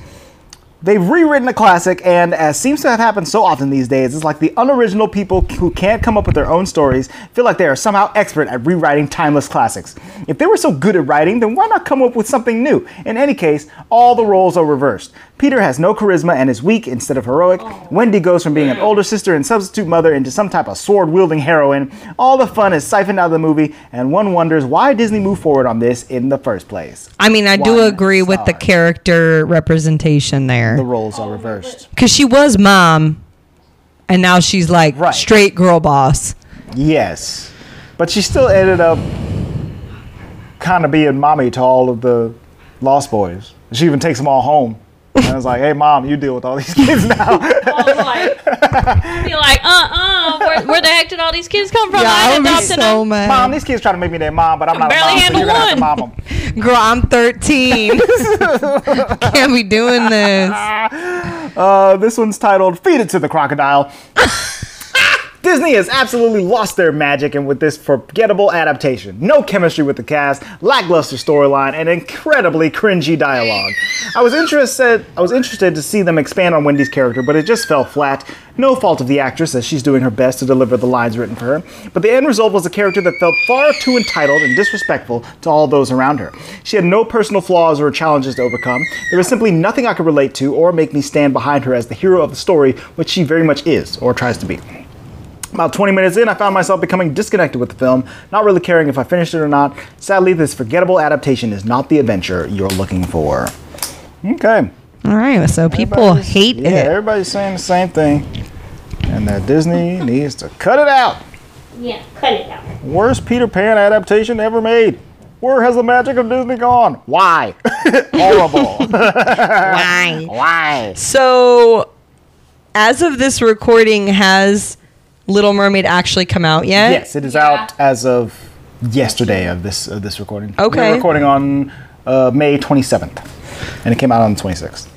Speaker 7: They've rewritten a classic, and as seems to have happened so often these days, it's like the unoriginal people who can't come up with their own stories feel like they are somehow expert at rewriting timeless classics. If they were so good at writing, then why not come up with something new? In any case, all the roles are reversed. Peter has no charisma and is weak instead of heroic. Wendy goes from being an older sister and substitute mother into some type of sword wielding heroine. All the fun is siphoned out of the movie, and one wonders why Disney moved forward on this in the first place.
Speaker 5: I mean, I do
Speaker 7: One
Speaker 5: agree with the
Speaker 7: star.
Speaker 5: character representation
Speaker 7: The
Speaker 5: there.
Speaker 7: roles
Speaker 3: Oh,
Speaker 7: are reversed.
Speaker 5: Because she was mom, and now she's like
Speaker 7: Right.
Speaker 5: straight girl boss.
Speaker 7: Yes. But she still ended up kind of being mommy to all of the Lost Boys. She even takes them all home. And I was like, hey, mom, you deal with all these kids
Speaker 3: I
Speaker 7: now.
Speaker 3: was like, be like, uh, uh, where, where the heck did all these kids come from? I
Speaker 5: would be
Speaker 3: adopted
Speaker 5: so
Speaker 3: them.
Speaker 5: mad.
Speaker 7: mom, these kids trying to make me their mom, but I'm not a
Speaker 3: barely
Speaker 7: mom, so you're
Speaker 3: handle
Speaker 7: going to have to
Speaker 3: one.
Speaker 7: mom them.
Speaker 5: Girl, I'm 13. Can't be doing this.
Speaker 7: Uh, this one's titled Feed It to the Crocodile. Disney has absolutely lost their magic and with this forgettable adaptation. No chemistry with the cast, lackluster storyline, and incredibly cringy dialogue. I was interested I was interested to see them expand on Wendy's character, but it just fell flat. No fault of the actress as she's doing her best to deliver the lines written for her. But the end result was a character that felt far too entitled and disrespectful to all those around her. She had no personal flaws or challenges to overcome. There was simply nothing I could relate to or make me stand behind her as the hero of the story, which she very much is, or tries to be. About 20 minutes in, I found myself becoming disconnected with the film, not really caring if I finished it or not. Sadly, this forgettable adaptation is not the adventure you're looking for. Okay.
Speaker 5: All right, so people
Speaker 7: Everybody's-
Speaker 5: hate
Speaker 7: yeah,
Speaker 5: it.
Speaker 7: everybody's saying the same thing. And that Disney needs to cut it out.
Speaker 8: Yeah, cut it out.
Speaker 7: Worst Peter Pan adaptation ever made. Where has the magic of Disney gone? Why? Horrible.
Speaker 5: Why?
Speaker 7: Why?
Speaker 5: So, as of this recording, has Little Mermaid actually come out yet?
Speaker 7: Yes, it is out as of yesterday of this of this recording.
Speaker 5: Okay.
Speaker 7: We're recording on uh, May 27th, and it came out on the 26th.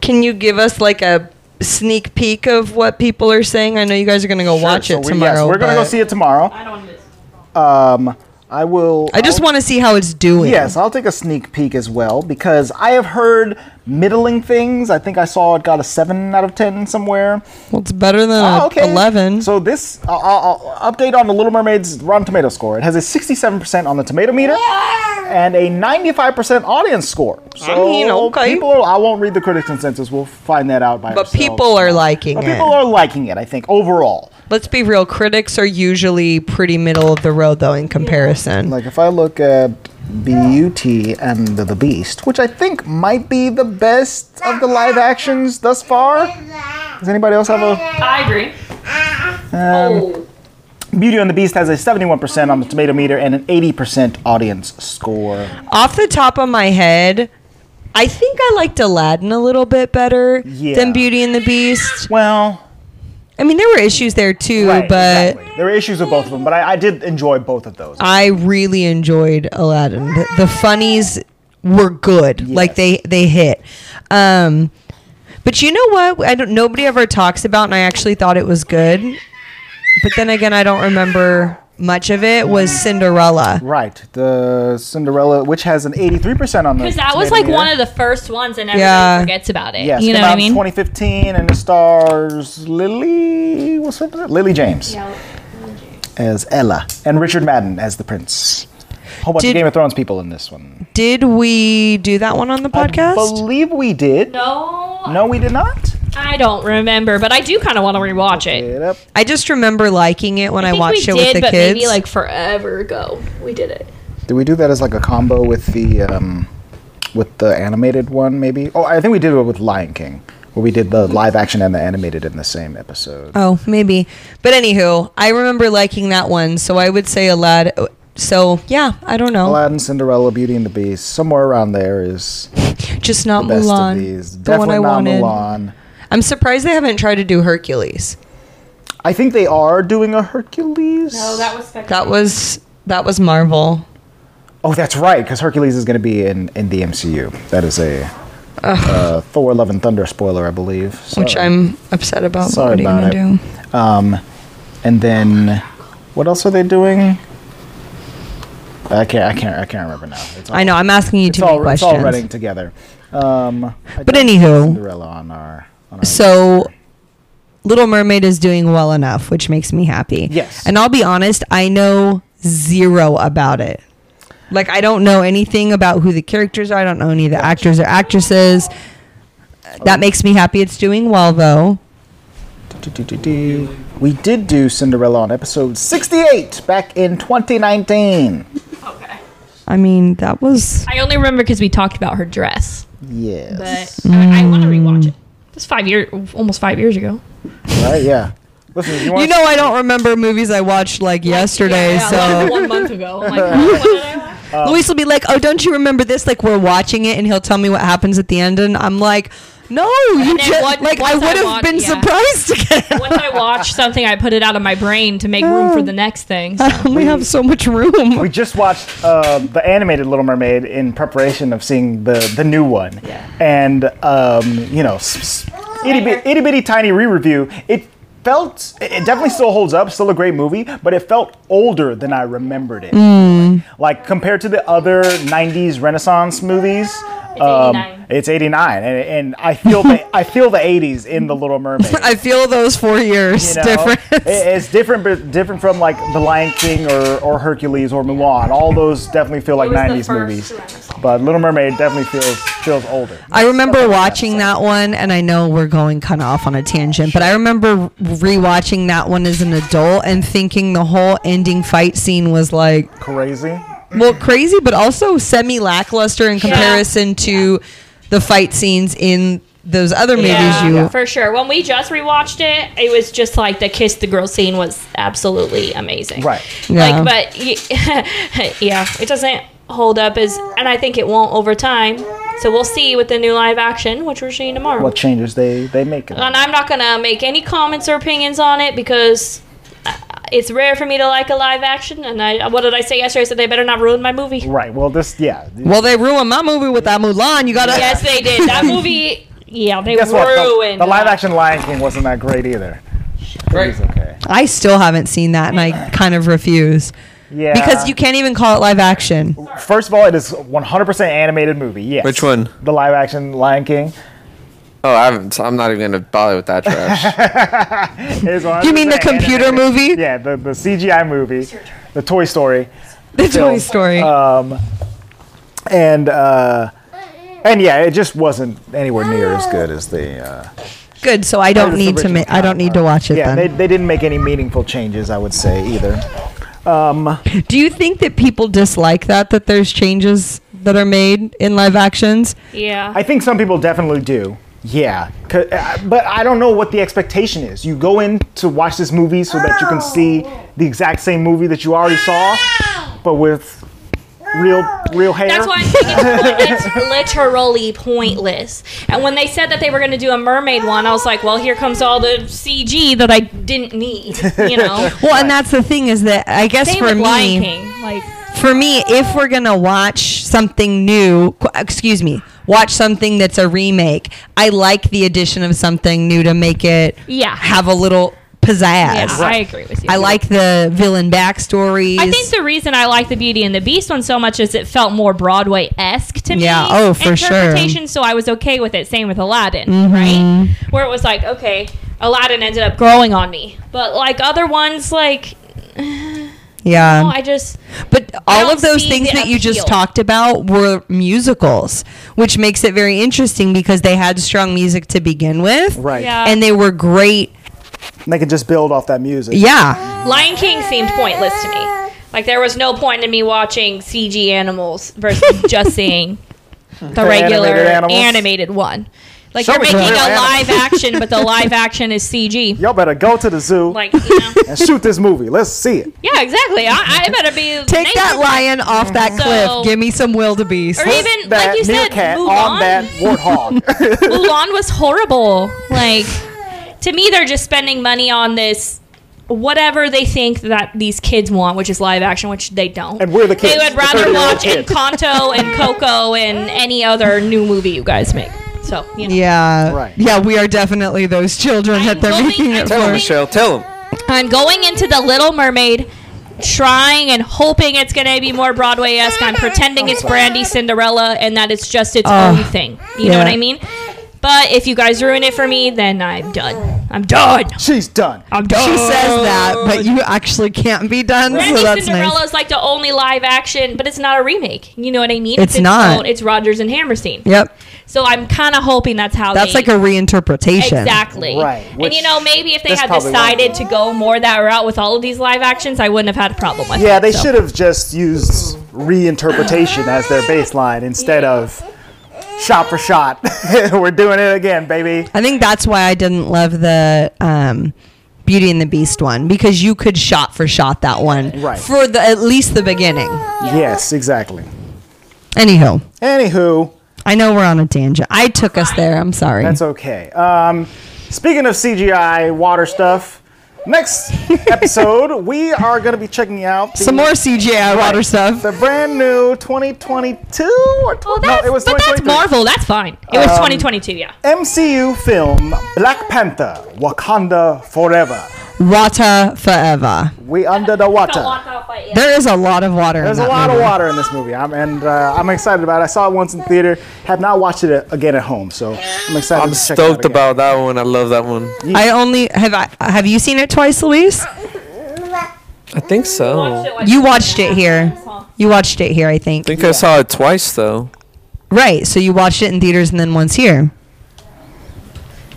Speaker 5: Can you give us like a sneak peek of what people are saying? I know you guys are gonna go watch
Speaker 7: Sure,
Speaker 5: it
Speaker 7: so we-
Speaker 5: tomorrow.
Speaker 7: Yes, we're gonna go
Speaker 5: but
Speaker 7: see it tomorrow. I don't Um, I will.
Speaker 5: I just
Speaker 7: I'll-
Speaker 5: want to see how it's doing.
Speaker 7: Yes, I'll take a sneak peek as well because I have heard middling things. I think I saw it got a seven out of ten somewhere.
Speaker 5: Well, it's better than a
Speaker 7: Oh, okay.
Speaker 5: 11.
Speaker 7: So this I'll, I'll I'll update on the Little Mermaid's Rotten Tomato score. It has a 67% on the tomato meter and a 95% audience score. So
Speaker 5: mean, okay.
Speaker 7: people are, I won't read the critic consensus. We'll find that out by
Speaker 5: but
Speaker 7: ourselves.
Speaker 5: people are liking
Speaker 7: But
Speaker 5: it.
Speaker 7: people are liking it, I think, overall.
Speaker 5: Let's be real. Critics are usually pretty middle of the road, though, in comparison.
Speaker 7: Like if I look at Beauty and the Beast, which I think might be the best of the live actions thus far. Does anybody else have a
Speaker 3: I agree.
Speaker 5: Um,
Speaker 3: Oh,
Speaker 7: Beauty and the Beast has a 71% on the tomato meter and an 80% audience score.
Speaker 5: Off the top of my head, I think I liked Aladdin a little bit better
Speaker 7: Yeah.
Speaker 5: than Beauty and the Beast.
Speaker 7: Well,
Speaker 5: I mean, there were issues there too,
Speaker 7: Right,
Speaker 5: but
Speaker 7: exactly. there were issues with both of them,
Speaker 5: Uh,
Speaker 7: but I, I did enjoy both of those.
Speaker 5: I really enjoyed Aladdin. The, the funnies were good. Like they they hit. Um, but you know what? I don't. Nobody ever talks about, and I actually thought it was good. But then again, I don't remember much of it. Was Cinderella?
Speaker 7: Right, the Cinderella, which has an 83% on the.
Speaker 3: Because that was like one of the first ones, and everybody
Speaker 5: Yeah.
Speaker 3: forgets about it.
Speaker 7: Yes,
Speaker 3: you know
Speaker 7: came
Speaker 3: what
Speaker 7: out
Speaker 3: I
Speaker 7: in
Speaker 3: mean?
Speaker 7: 2015, and it stars Lily. What's her name? Lily James as Ella, and Richard Madden as the prince. Whole bunch
Speaker 5: Did-
Speaker 7: of Game of Thrones people in this one.
Speaker 5: Did we do that one on the
Speaker 7: I
Speaker 5: podcast?
Speaker 7: believe we did.
Speaker 3: No,
Speaker 7: No, we did not.
Speaker 3: I don't remember, but I do kind of want to rewatch it.
Speaker 7: Get up.
Speaker 5: I just remember liking it when I,
Speaker 3: I think
Speaker 5: watched
Speaker 3: we
Speaker 5: it
Speaker 3: did,
Speaker 5: with the
Speaker 3: but
Speaker 5: kids.
Speaker 3: maybe like forever ago. We did it.
Speaker 7: Did we do that as like a combo with the um, with the animated one? Maybe. Oh, I think we did it with Lion King, where we did the live action and the animated in the same episode.
Speaker 5: oh, maybe. But anywho, I remember liking that one, so I would say Aladdin. So yeah, I don't know,
Speaker 7: Aladdin, Cinderella, Beauty and the Beast, somewhere around there is
Speaker 5: just not
Speaker 7: best
Speaker 5: Mulan.
Speaker 7: of these.
Speaker 5: The one
Speaker 7: Definitely
Speaker 5: I
Speaker 7: not
Speaker 5: wanted.
Speaker 7: Mulan.
Speaker 5: I'm surprised they haven't tried to do Hercules.
Speaker 7: I think they are doing a Hercules.
Speaker 8: No, that was spectacular.
Speaker 5: That was that was Marvel.
Speaker 7: Oh, that's right, because Hercules is going to be in, in the MCU. That is a uh, Thor: Love and Thunder spoiler, I believe.
Speaker 5: which
Speaker 7: Sorry.
Speaker 5: I'm upset about.
Speaker 7: Sorry
Speaker 5: what are you
Speaker 7: about
Speaker 5: gonna
Speaker 7: it.
Speaker 5: do?
Speaker 7: Um, and then what else are they doing? I can't. I can't. I can't remember now. It's all,
Speaker 5: I know I'm asking you
Speaker 7: It's
Speaker 5: too
Speaker 7: all,
Speaker 5: many
Speaker 7: it's
Speaker 5: questions.
Speaker 7: all running together. Um, I
Speaker 5: But
Speaker 7: don't-
Speaker 5: anywho.
Speaker 7: Cinderella on our. On our
Speaker 5: So, Little Mermaid is doing well enough, which makes me happy.
Speaker 7: Yes.
Speaker 5: And I'll be honest, I know zero about it. Like I don't know anything about who the characters are. I don't know any of the actors or actresses.
Speaker 7: Oh.
Speaker 5: That makes me happy. It's doing well though.
Speaker 7: Do-do-do-do. We did do Cinderella on episode 68 back in 2019.
Speaker 3: Okay.
Speaker 5: I mean, that was
Speaker 3: I only remember because we talked about her dress, but
Speaker 7: Yes.
Speaker 3: I, I want to
Speaker 5: Mm.
Speaker 3: rewatch it. It's five years, almost five years ago.
Speaker 7: Right? Yeah. Listen, if you, want
Speaker 5: You know I don't remember movies I watched like yesterday,
Speaker 3: Yeah,
Speaker 5: so
Speaker 3: like one month ago. I'm like, oh, what did I watch?
Speaker 5: Luis will be like, "Oh, don't you remember this?" Like we're watching it, and he'll tell me what happens at the end, and I'm like, "No, you
Speaker 3: then
Speaker 5: just
Speaker 3: what-
Speaker 5: like I
Speaker 3: once I
Speaker 5: would have
Speaker 3: wa-
Speaker 5: been
Speaker 3: yeah.
Speaker 5: surprised again.
Speaker 3: Once I watch something, I put it out of my brain to make room for the next thing. So.
Speaker 5: I only have so much room."
Speaker 7: we just watched uh, the animated Little Mermaid in preparation of seeing the, the new one.
Speaker 3: Yeah.
Speaker 7: And, um, you know, s- s- itty, bit, itty bitty tiny re review. It felt, it it definitely still holds up, still a great movie, but it felt older than I remembered it. Like compared to the other 90s Renaissance movies. um,
Speaker 3: 89.
Speaker 7: it's 89 and, and I feel the I feel the 80s in the Little Mermaid.
Speaker 5: I feel those four years
Speaker 7: you know?
Speaker 5: difference.
Speaker 7: It- it's different, but different from like The Lion King or, or Hercules or Mulan. All those definitely feel like
Speaker 3: was the
Speaker 7: '90s
Speaker 3: first
Speaker 7: movies,
Speaker 3: Renaissance.
Speaker 7: but Little Mermaid definitely feels feels older.
Speaker 5: I remember watching that one, and I know we're going kind of off on a tangent, but I remember rewatching that one as an adult and thinking the whole ending fight scene was like
Speaker 7: Crazy.
Speaker 5: well crazy but also semi lackluster in comparison to the fight scenes in those other movies
Speaker 3: Yeah,
Speaker 5: you
Speaker 3: for sure. When we just rewatched it, it was just like the kiss the girl scene was absolutely amazing.
Speaker 7: Right.
Speaker 5: Yeah.
Speaker 3: Like, but y- yeah, it doesn't hold up as, and I think it won't over time. So we'll see with the new live action, which we're seeing tomorrow.
Speaker 7: What changes they they make? in
Speaker 3: And
Speaker 7: it.
Speaker 3: I'm not gonna make any comments or opinions on it because uh, it's rare for me to like a live action. And I, what did I say yesterday? I said they better not ruin my movie.
Speaker 7: Right. Well, this yeah.
Speaker 5: well they ruined my movie with that mulan you gotta
Speaker 3: Yes, they did. That movie, yeah, they
Speaker 7: Guess what? The,
Speaker 3: ruined.
Speaker 7: the live
Speaker 3: that.
Speaker 7: action Lion King wasn't that great either.
Speaker 1: Right.
Speaker 7: Okay.
Speaker 5: i still haven't seen that and i kind of refuse
Speaker 7: Yeah.
Speaker 5: because you can't even call it live action
Speaker 7: First of all, it is 100% animated movie. Yes.
Speaker 1: Which one?
Speaker 7: The live action Lion King.
Speaker 1: Oh, I haven't, I'm not even gonna bother with that trash.
Speaker 7: It is
Speaker 5: you mean the
Speaker 7: 100%
Speaker 5: computer
Speaker 7: animated.
Speaker 5: movie
Speaker 7: Yeah, the, the CGI movie, the Toy Story.
Speaker 5: the
Speaker 3: uh,
Speaker 5: toy story
Speaker 7: and uh, and yeah, it just wasn't anywhere near as good as the. Uh,
Speaker 5: good so i don't need to ma- i don't need to watch it
Speaker 7: yeah,
Speaker 5: then
Speaker 7: they, they didn't make any meaningful changes, I would say either.
Speaker 5: do you think that people dislike that that there's changes that are made in live actions
Speaker 3: Yeah.
Speaker 7: I think some people definitely do. Yeah, 'Cause- uh, but I don't know what the expectation is. You go in to watch this movie so that you can see the exact same movie that you already saw, but with real real hair.
Speaker 3: That's why I'm thinking it's, point- it's literally pointless. And when they said that they were going to do a mermaid one, I was like, well, here comes all the CG that I didn't need. You know,
Speaker 5: well and that's the thing is that i guess
Speaker 3: same
Speaker 5: for
Speaker 3: with
Speaker 5: me
Speaker 3: Lion King. Like
Speaker 5: for me, if we're gonna watch something new, qu- excuse me, watch something that's a remake, I like the addition of something new to make it
Speaker 3: Yeah.
Speaker 5: have a little pizzazz.
Speaker 3: Yeah, I agree with you.
Speaker 5: I like the villain backstories.
Speaker 3: I think the reason I like the Beauty and the Beast one so much is it felt more Broadway esque to me.
Speaker 5: Yeah, oh, for sure. Mm-hmm.
Speaker 3: Interpretation, so I was okay with it. Same with Aladdin, right? Where it was like, okay, Aladdin ended up growing on me, but like other ones, like
Speaker 5: yeah.
Speaker 3: oh, I just
Speaker 5: But
Speaker 3: I
Speaker 5: all
Speaker 3: don't
Speaker 5: of those
Speaker 3: see
Speaker 5: things
Speaker 3: the
Speaker 5: that you just
Speaker 3: appeal.
Speaker 5: talked about were musicals, which makes it very interesting because they had strong music to begin with.
Speaker 7: Right.
Speaker 3: yeah.
Speaker 5: And they were great.
Speaker 7: And they can just build off that music.
Speaker 5: Yeah.
Speaker 3: Lion King seemed pointless to me. Like there was no point in me watching CG animals versus just seeing the regular
Speaker 9: animated animals.
Speaker 3: animated one. Like
Speaker 7: Show
Speaker 3: you're
Speaker 7: me
Speaker 3: making
Speaker 7: some
Speaker 3: a
Speaker 7: real animals.
Speaker 3: live action, but the live action is CG.
Speaker 7: Y'all better go to the zoo
Speaker 3: Like you know.
Speaker 7: and shoot this movie. Let's see it.
Speaker 3: Yeah, exactly. I, I better be
Speaker 5: Take that lion off that
Speaker 3: So-
Speaker 5: cliff. Give me some wildebeest.
Speaker 3: Or even
Speaker 7: that
Speaker 3: like you said,
Speaker 7: meerkat
Speaker 3: Mulan.
Speaker 7: on that warthog.
Speaker 3: Mulan was horrible. Like to me, they're just spending money on this. Whatever they think that these kids want, which is live action, which they don't.
Speaker 7: And we're the kids,
Speaker 3: They would
Speaker 7: the
Speaker 3: rather
Speaker 7: 30-year-old
Speaker 3: watch
Speaker 7: kids.
Speaker 3: Encanto and Coco and any other new movie you guys make. So, you know.
Speaker 5: Yeah.
Speaker 7: Right.
Speaker 5: Yeah, we are definitely those children
Speaker 3: I'm
Speaker 5: that they're
Speaker 3: going-
Speaker 5: making
Speaker 3: I'm
Speaker 5: it
Speaker 1: Tell him,
Speaker 5: for.
Speaker 3: going-
Speaker 1: Michelle. Tell him.
Speaker 3: I'm going into The Little Mermaid, trying and hoping it's going to be more Broadway esque. I'm pretending it's Brandy Cinderella and that it's just its
Speaker 5: Oh,
Speaker 3: own thing. You know
Speaker 5: yeah.
Speaker 3: what I mean? But if you guys ruin it for me, then I'm done. I'm done.
Speaker 7: She's done.
Speaker 3: I'm done.
Speaker 5: She says that, but you actually can't be done.
Speaker 3: Brandy
Speaker 5: so that's
Speaker 3: Cinderella
Speaker 5: nice.
Speaker 3: is like the only live action, but it's not a remake. You know what I mean?
Speaker 5: It's not.
Speaker 3: own- it's Rogers and Hammerstein.
Speaker 5: Yep.
Speaker 3: So I'm kind of hoping that's how
Speaker 5: That's
Speaker 3: they-
Speaker 5: like a reinterpretation.
Speaker 3: Exactly.
Speaker 7: Right,
Speaker 3: and you
Speaker 7: which
Speaker 3: know, maybe if they
Speaker 7: this
Speaker 3: had
Speaker 7: probably won't
Speaker 3: decided to go more that route with all of these live actions, I wouldn't have had a problem with it.
Speaker 7: Yeah, they
Speaker 3: so.
Speaker 7: should have just used reinterpretation as their baseline instead of shot for shot. We're doing it again, baby.
Speaker 5: I think that's why I didn't love the um, Beauty and the Beast one because you could shot for shot that one
Speaker 7: Right.
Speaker 5: for the at least the beginning.
Speaker 7: Yes, exactly.
Speaker 5: Anyhow,
Speaker 7: Anywho,
Speaker 5: I know we're on a tangent. I took us there. I'm sorry.
Speaker 7: that's okay. Um, speaking of CGI water stuff, next episode we are going to be checking out the,
Speaker 5: Some more CGI water stuff.
Speaker 7: the brand new 2022 or
Speaker 3: Well,
Speaker 7: 20,
Speaker 3: that's,
Speaker 7: no, it was Um,
Speaker 3: but that's
Speaker 7: 2023.
Speaker 3: Marvel. That's fine. It was 2022, yeah.
Speaker 7: MCU film Black Panther: Wakanda Forever.
Speaker 5: Water forever.
Speaker 7: We under the water.
Speaker 5: There is a lot of water.
Speaker 7: There's a lot of water in this movie, I'm, and uh, I'm excited about it. I saw it once in theater. Have not watched it a- again at home, so I'm excited.
Speaker 1: I'm
Speaker 7: to check it out
Speaker 1: stoked
Speaker 7: again.
Speaker 1: about that one. I love that one.
Speaker 5: water. I only have I have you seen it twice, Louise?
Speaker 1: I think so. I
Speaker 5: You watched it here. You watched it here, I think.
Speaker 1: think I saw it twice though.
Speaker 5: Right. So you watched it in theaters and then once here.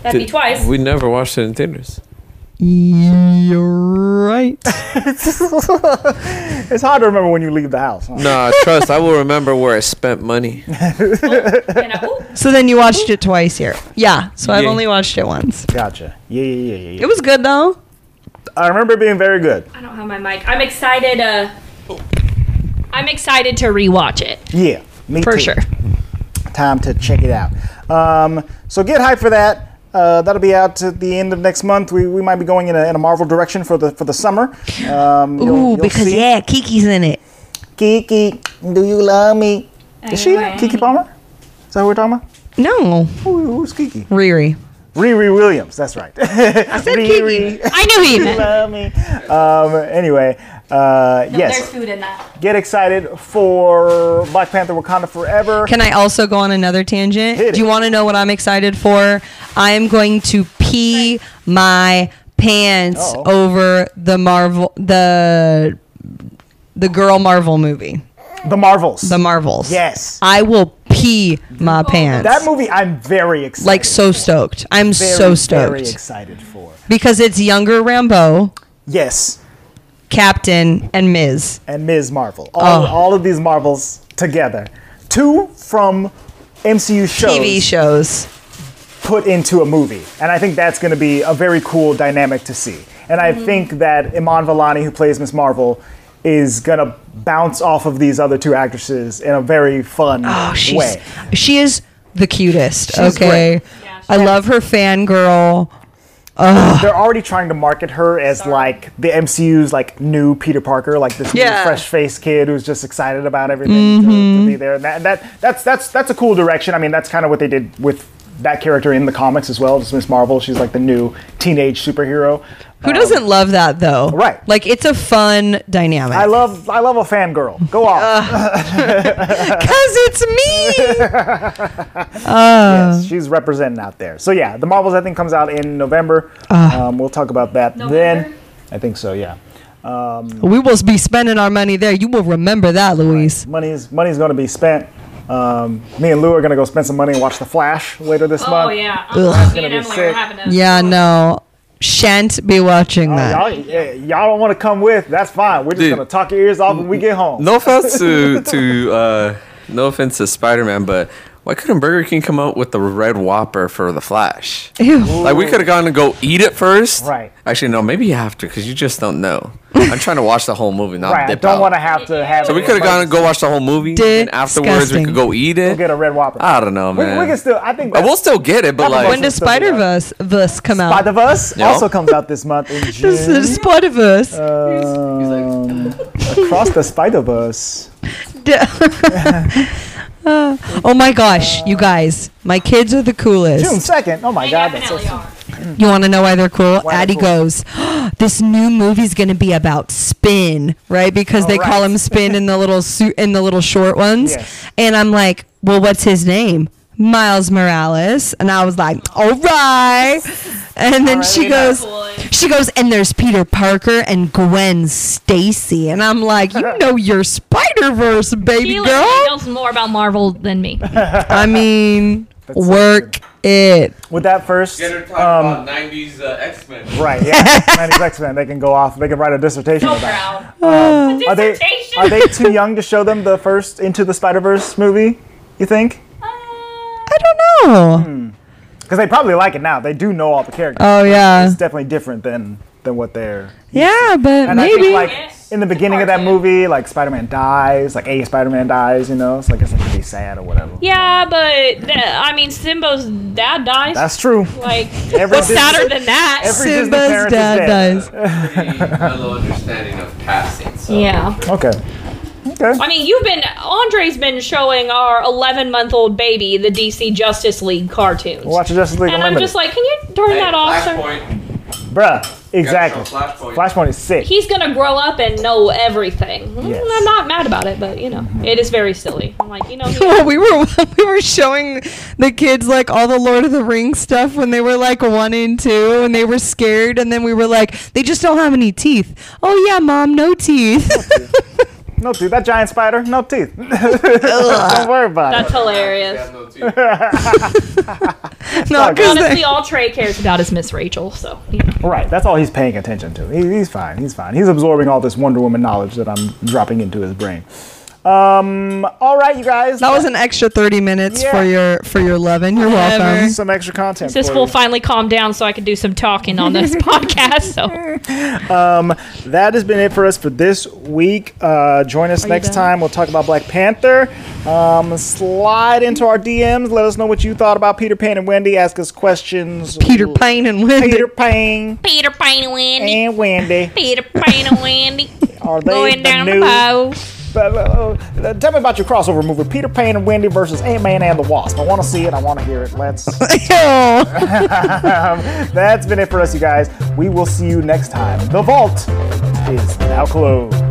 Speaker 3: That'd be
Speaker 1: Did-
Speaker 3: twice.
Speaker 1: We never watched it in theaters.
Speaker 5: You're right.
Speaker 7: It's hard to remember when you leave the house. huh?
Speaker 1: Nah, trust. I will remember where I spent money.
Speaker 3: And I- ooh,
Speaker 5: So then you watched it twice here. Yeah. So I've
Speaker 1: Yeah.
Speaker 5: only watched it once.
Speaker 7: Gotcha. Yeah, yeah, yeah, yeah,
Speaker 5: It
Speaker 7: yeah.
Speaker 5: was good though.
Speaker 7: I remember it being very good.
Speaker 3: I don't have my mic. I'm excited. Uh, I'm excited to rewatch it
Speaker 7: Yeah, me
Speaker 3: for
Speaker 7: too.
Speaker 3: sure.
Speaker 7: Time to check it out. Um, so get hyped for that. Uh, that'll be out at the end of next month. We, we might be going in a, in a Marvel direction for the for the summer. Um, you'll-
Speaker 5: Ooh,
Speaker 7: you'll
Speaker 5: because
Speaker 7: see.
Speaker 5: yeah, Kiki's in it.
Speaker 7: Kiki, do you love me? Is she in it? Kiki Palmer? Is that what we're talking about?
Speaker 5: No,
Speaker 7: Who, who's Kiki?
Speaker 5: Riri.
Speaker 7: Riri Williams. That's right.
Speaker 5: I said Kiki.
Speaker 3: I knew he meant.
Speaker 7: Love me. Um, anyway, uh,
Speaker 3: There's
Speaker 7: yes,
Speaker 3: food in that.
Speaker 7: get excited for Black Panther: Wakanda Forever.
Speaker 5: Can I also go on another tangent?
Speaker 7: Hit
Speaker 5: Do you
Speaker 7: it.
Speaker 5: want to know what I'm excited for? I am going to pee my pants
Speaker 7: Uh-oh.
Speaker 5: over the Marvel the the girl Marvel movie,
Speaker 7: the Marvels.
Speaker 5: the Marvels.
Speaker 7: yes,
Speaker 5: I will pee my pants.
Speaker 7: that movie. I'm very excited.
Speaker 5: like so stoked. I'm
Speaker 7: very,
Speaker 5: so
Speaker 7: Very
Speaker 5: stoked
Speaker 7: excited for.
Speaker 5: because it's younger Rambo,
Speaker 7: Yes,
Speaker 5: Captain, and Ms.
Speaker 7: and Ms. Marvel. All,
Speaker 5: Oh.
Speaker 7: all of these Marvels together. Two from MCU shows
Speaker 5: TV shows.
Speaker 7: put into a movie. And I think that's going to be a very cool dynamic to see. And
Speaker 5: Mm-hmm.
Speaker 7: I think that Iman Vellani, who plays Miss Marvel, is going to bounce off of these other two actresses in a very fun
Speaker 5: Oh, she's
Speaker 7: way.
Speaker 5: she is the cutest.
Speaker 7: She's
Speaker 5: okay,
Speaker 7: great.
Speaker 5: I love her fangirl.
Speaker 7: They're already trying to market her as like the MCU's like new Peter Parker, like this
Speaker 5: Yeah. Mm-hmm.
Speaker 7: new fresh faced kid who's just excited about everything to- to, be there. And that, that that's that's that's a cool direction. I mean, that's kind of what they did with that character in the comics as well. Just Miss Marvel, she's like the new teenage superhero.
Speaker 5: Who doesn't love that though?
Speaker 7: Right.
Speaker 5: Like it's a fun dynamic.
Speaker 7: I love I love a fangirl. Go off.
Speaker 5: Cause it's me.
Speaker 7: Yes, she's representing out there. So yeah, the Marvels I think comes out in November. um, we'll talk about that then. I think so. Yeah,
Speaker 5: we will be spending our money there. You will remember that, Louise.
Speaker 7: money's money's going to be spent. Um, me and Lou are going to go spend some money and watch The Flash later this month.
Speaker 3: Oh yeah. Ugh. Me
Speaker 7: gonna
Speaker 3: and Emily are
Speaker 7: be sick.
Speaker 3: having a
Speaker 5: Yeah, no. Shan't be
Speaker 7: Oh,
Speaker 5: watching that.
Speaker 7: Y'all, yeah, y'all don't want to come with? That's fine. We're just
Speaker 1: Dude.
Speaker 7: going to talk your ears off when we get home.
Speaker 1: No offense to to uh, no offense to Spider Man, but why couldn't Burger King come out with the red Whopper for the Flash?
Speaker 5: Ew.
Speaker 1: Like we could have gone and go eat it first.
Speaker 7: Right.
Speaker 1: Actually, no. Maybe you have to because you just don't know. I'm trying to watch the whole movie, not
Speaker 7: Right, I
Speaker 1: dip
Speaker 7: don't
Speaker 1: out.
Speaker 7: want to have to have.
Speaker 1: So we could have gone and go watch the whole movie, and afterwards we
Speaker 5: Disgusting.
Speaker 1: could go eat it.
Speaker 7: get a red whopper.
Speaker 1: I don't know,
Speaker 7: we,
Speaker 1: man.
Speaker 7: we can still. I think
Speaker 1: Uh, we'll still get it, but like
Speaker 5: When does Spider Verse verse come out?
Speaker 7: Spider Verse
Speaker 1: Yeah.
Speaker 7: also comes out this month in June.
Speaker 5: This is Spider Verse.
Speaker 7: Uh. Um, across the Spider Verse.
Speaker 5: oh my gosh, you guys, my kids are the
Speaker 7: June
Speaker 5: coolest.
Speaker 7: second. Oh my God, that's so
Speaker 3: definitely are.
Speaker 5: You want to know why they're cool?
Speaker 7: they're
Speaker 5: Addie
Speaker 7: cool.
Speaker 5: goes, "Oh, "This new movie's going to be about spin, right? Because they call
Speaker 7: right.
Speaker 5: him spin in the little suit in the little short ones."
Speaker 7: Yes.
Speaker 5: And I'm like, "Well, what's his name?" Miles Morales. And I was like, "All right." And then she
Speaker 7: we know.
Speaker 5: goes, she goes, and there's Peter Parker and Gwen Stacy, and I'm like, you know your Spider Verse, baby
Speaker 3: She
Speaker 5: girl.
Speaker 3: literally knows more about Marvel than me.
Speaker 5: I mean, work it.
Speaker 7: With that first, um,
Speaker 1: about '90s X Men.
Speaker 7: right? Yeah, 90s X-Men. They can go off. They can write a dissertation
Speaker 3: So
Speaker 7: about.
Speaker 3: proud.
Speaker 7: it. Are they
Speaker 3: Dissertation.
Speaker 7: are they too young to show them the first Into the Spider Verse movie? You think?
Speaker 3: uh,
Speaker 5: I don't know.
Speaker 7: Hmm. Because they probably like it now. They do know all the characters.
Speaker 3: Uh,
Speaker 5: Oh yeah,
Speaker 7: It's definitely different than than what they're.
Speaker 5: yeah, but
Speaker 7: And
Speaker 5: maybe.
Speaker 7: I think like in the beginning of that movie, like Spider-Man dies, like a Spider-Man dies. You know, it's like it's like pretty sad or whatever.
Speaker 3: Yeah, but th- I mean, Simba's dad dies.
Speaker 7: That's true.
Speaker 3: like
Speaker 7: Every
Speaker 3: what's
Speaker 7: Disney-
Speaker 3: sadder than that?
Speaker 7: every Disney
Speaker 5: Simba's
Speaker 7: parent is
Speaker 5: dad
Speaker 7: dead.
Speaker 5: dies.
Speaker 1: understanding of passing. So.
Speaker 3: yeah.
Speaker 7: Okay. Okay.
Speaker 3: I mean, you've been Andre's been showing our 11 month old baby the DC Justice League cartoons,
Speaker 7: Watch Justice League
Speaker 3: and I'm
Speaker 7: Unlimited.
Speaker 3: just like, can you turn that off? Sir?
Speaker 7: Bruh. Exactly.
Speaker 1: Flashpoint.
Speaker 7: Flashpoint is sick.
Speaker 3: He's gonna grow up and know everything. Mm,
Speaker 7: Yes. Mm-hmm.
Speaker 3: I'm not mad about it, but you know, it is very silly. I'm like, you know, he-
Speaker 5: Well, we were we were showing the kids like all the Lord of the Rings stuff when they were like one and two, and they were scared, and then we were like, they just don't have any teeth. Oh yeah, mom, no teeth.
Speaker 7: No teeth. That giant spider, no teeth. Don't worry about
Speaker 3: that's
Speaker 7: it.
Speaker 3: hilarious.
Speaker 5: Not because
Speaker 3: Honestly, all Trey cares about is Miss Rachel. So you know.
Speaker 7: Right. That's all he's paying attention to. He, he's fine. He's fine. He's absorbing all this Wonder Woman knowledge that I'm dropping into his brain. Um. All right, you guys.
Speaker 5: that was an extra thirty minutes for your for your loving. You're welcome.
Speaker 7: some extra content.
Speaker 3: this
Speaker 7: for
Speaker 3: will
Speaker 7: you.
Speaker 3: finally calm down so I can do some talking on this podcast. So
Speaker 7: that has been it for us for this week. Uh, join us next
Speaker 3: done?
Speaker 7: time. We'll talk about Black Panther. Um, slide into our DMs. Let us know what you thought about Peter Pan and Wendy. Ask us questions.
Speaker 5: Peter Payne and Wendy.
Speaker 7: Peter Pan
Speaker 3: Peter Pan and Wendy,
Speaker 7: and Wendy.
Speaker 3: Peter Pan and Wendy,
Speaker 7: Are they
Speaker 3: going
Speaker 7: the
Speaker 3: down
Speaker 7: new
Speaker 3: the pole.
Speaker 7: But, uh, uh, tell me about your crossover movie, Peter Pan and Wendy versus Ant Man and the Wasp. I want to see it. I want to hear it. Let's.
Speaker 5: Ew.
Speaker 7: That's been it for us, you guys. We will see you next time. The vault is now closed.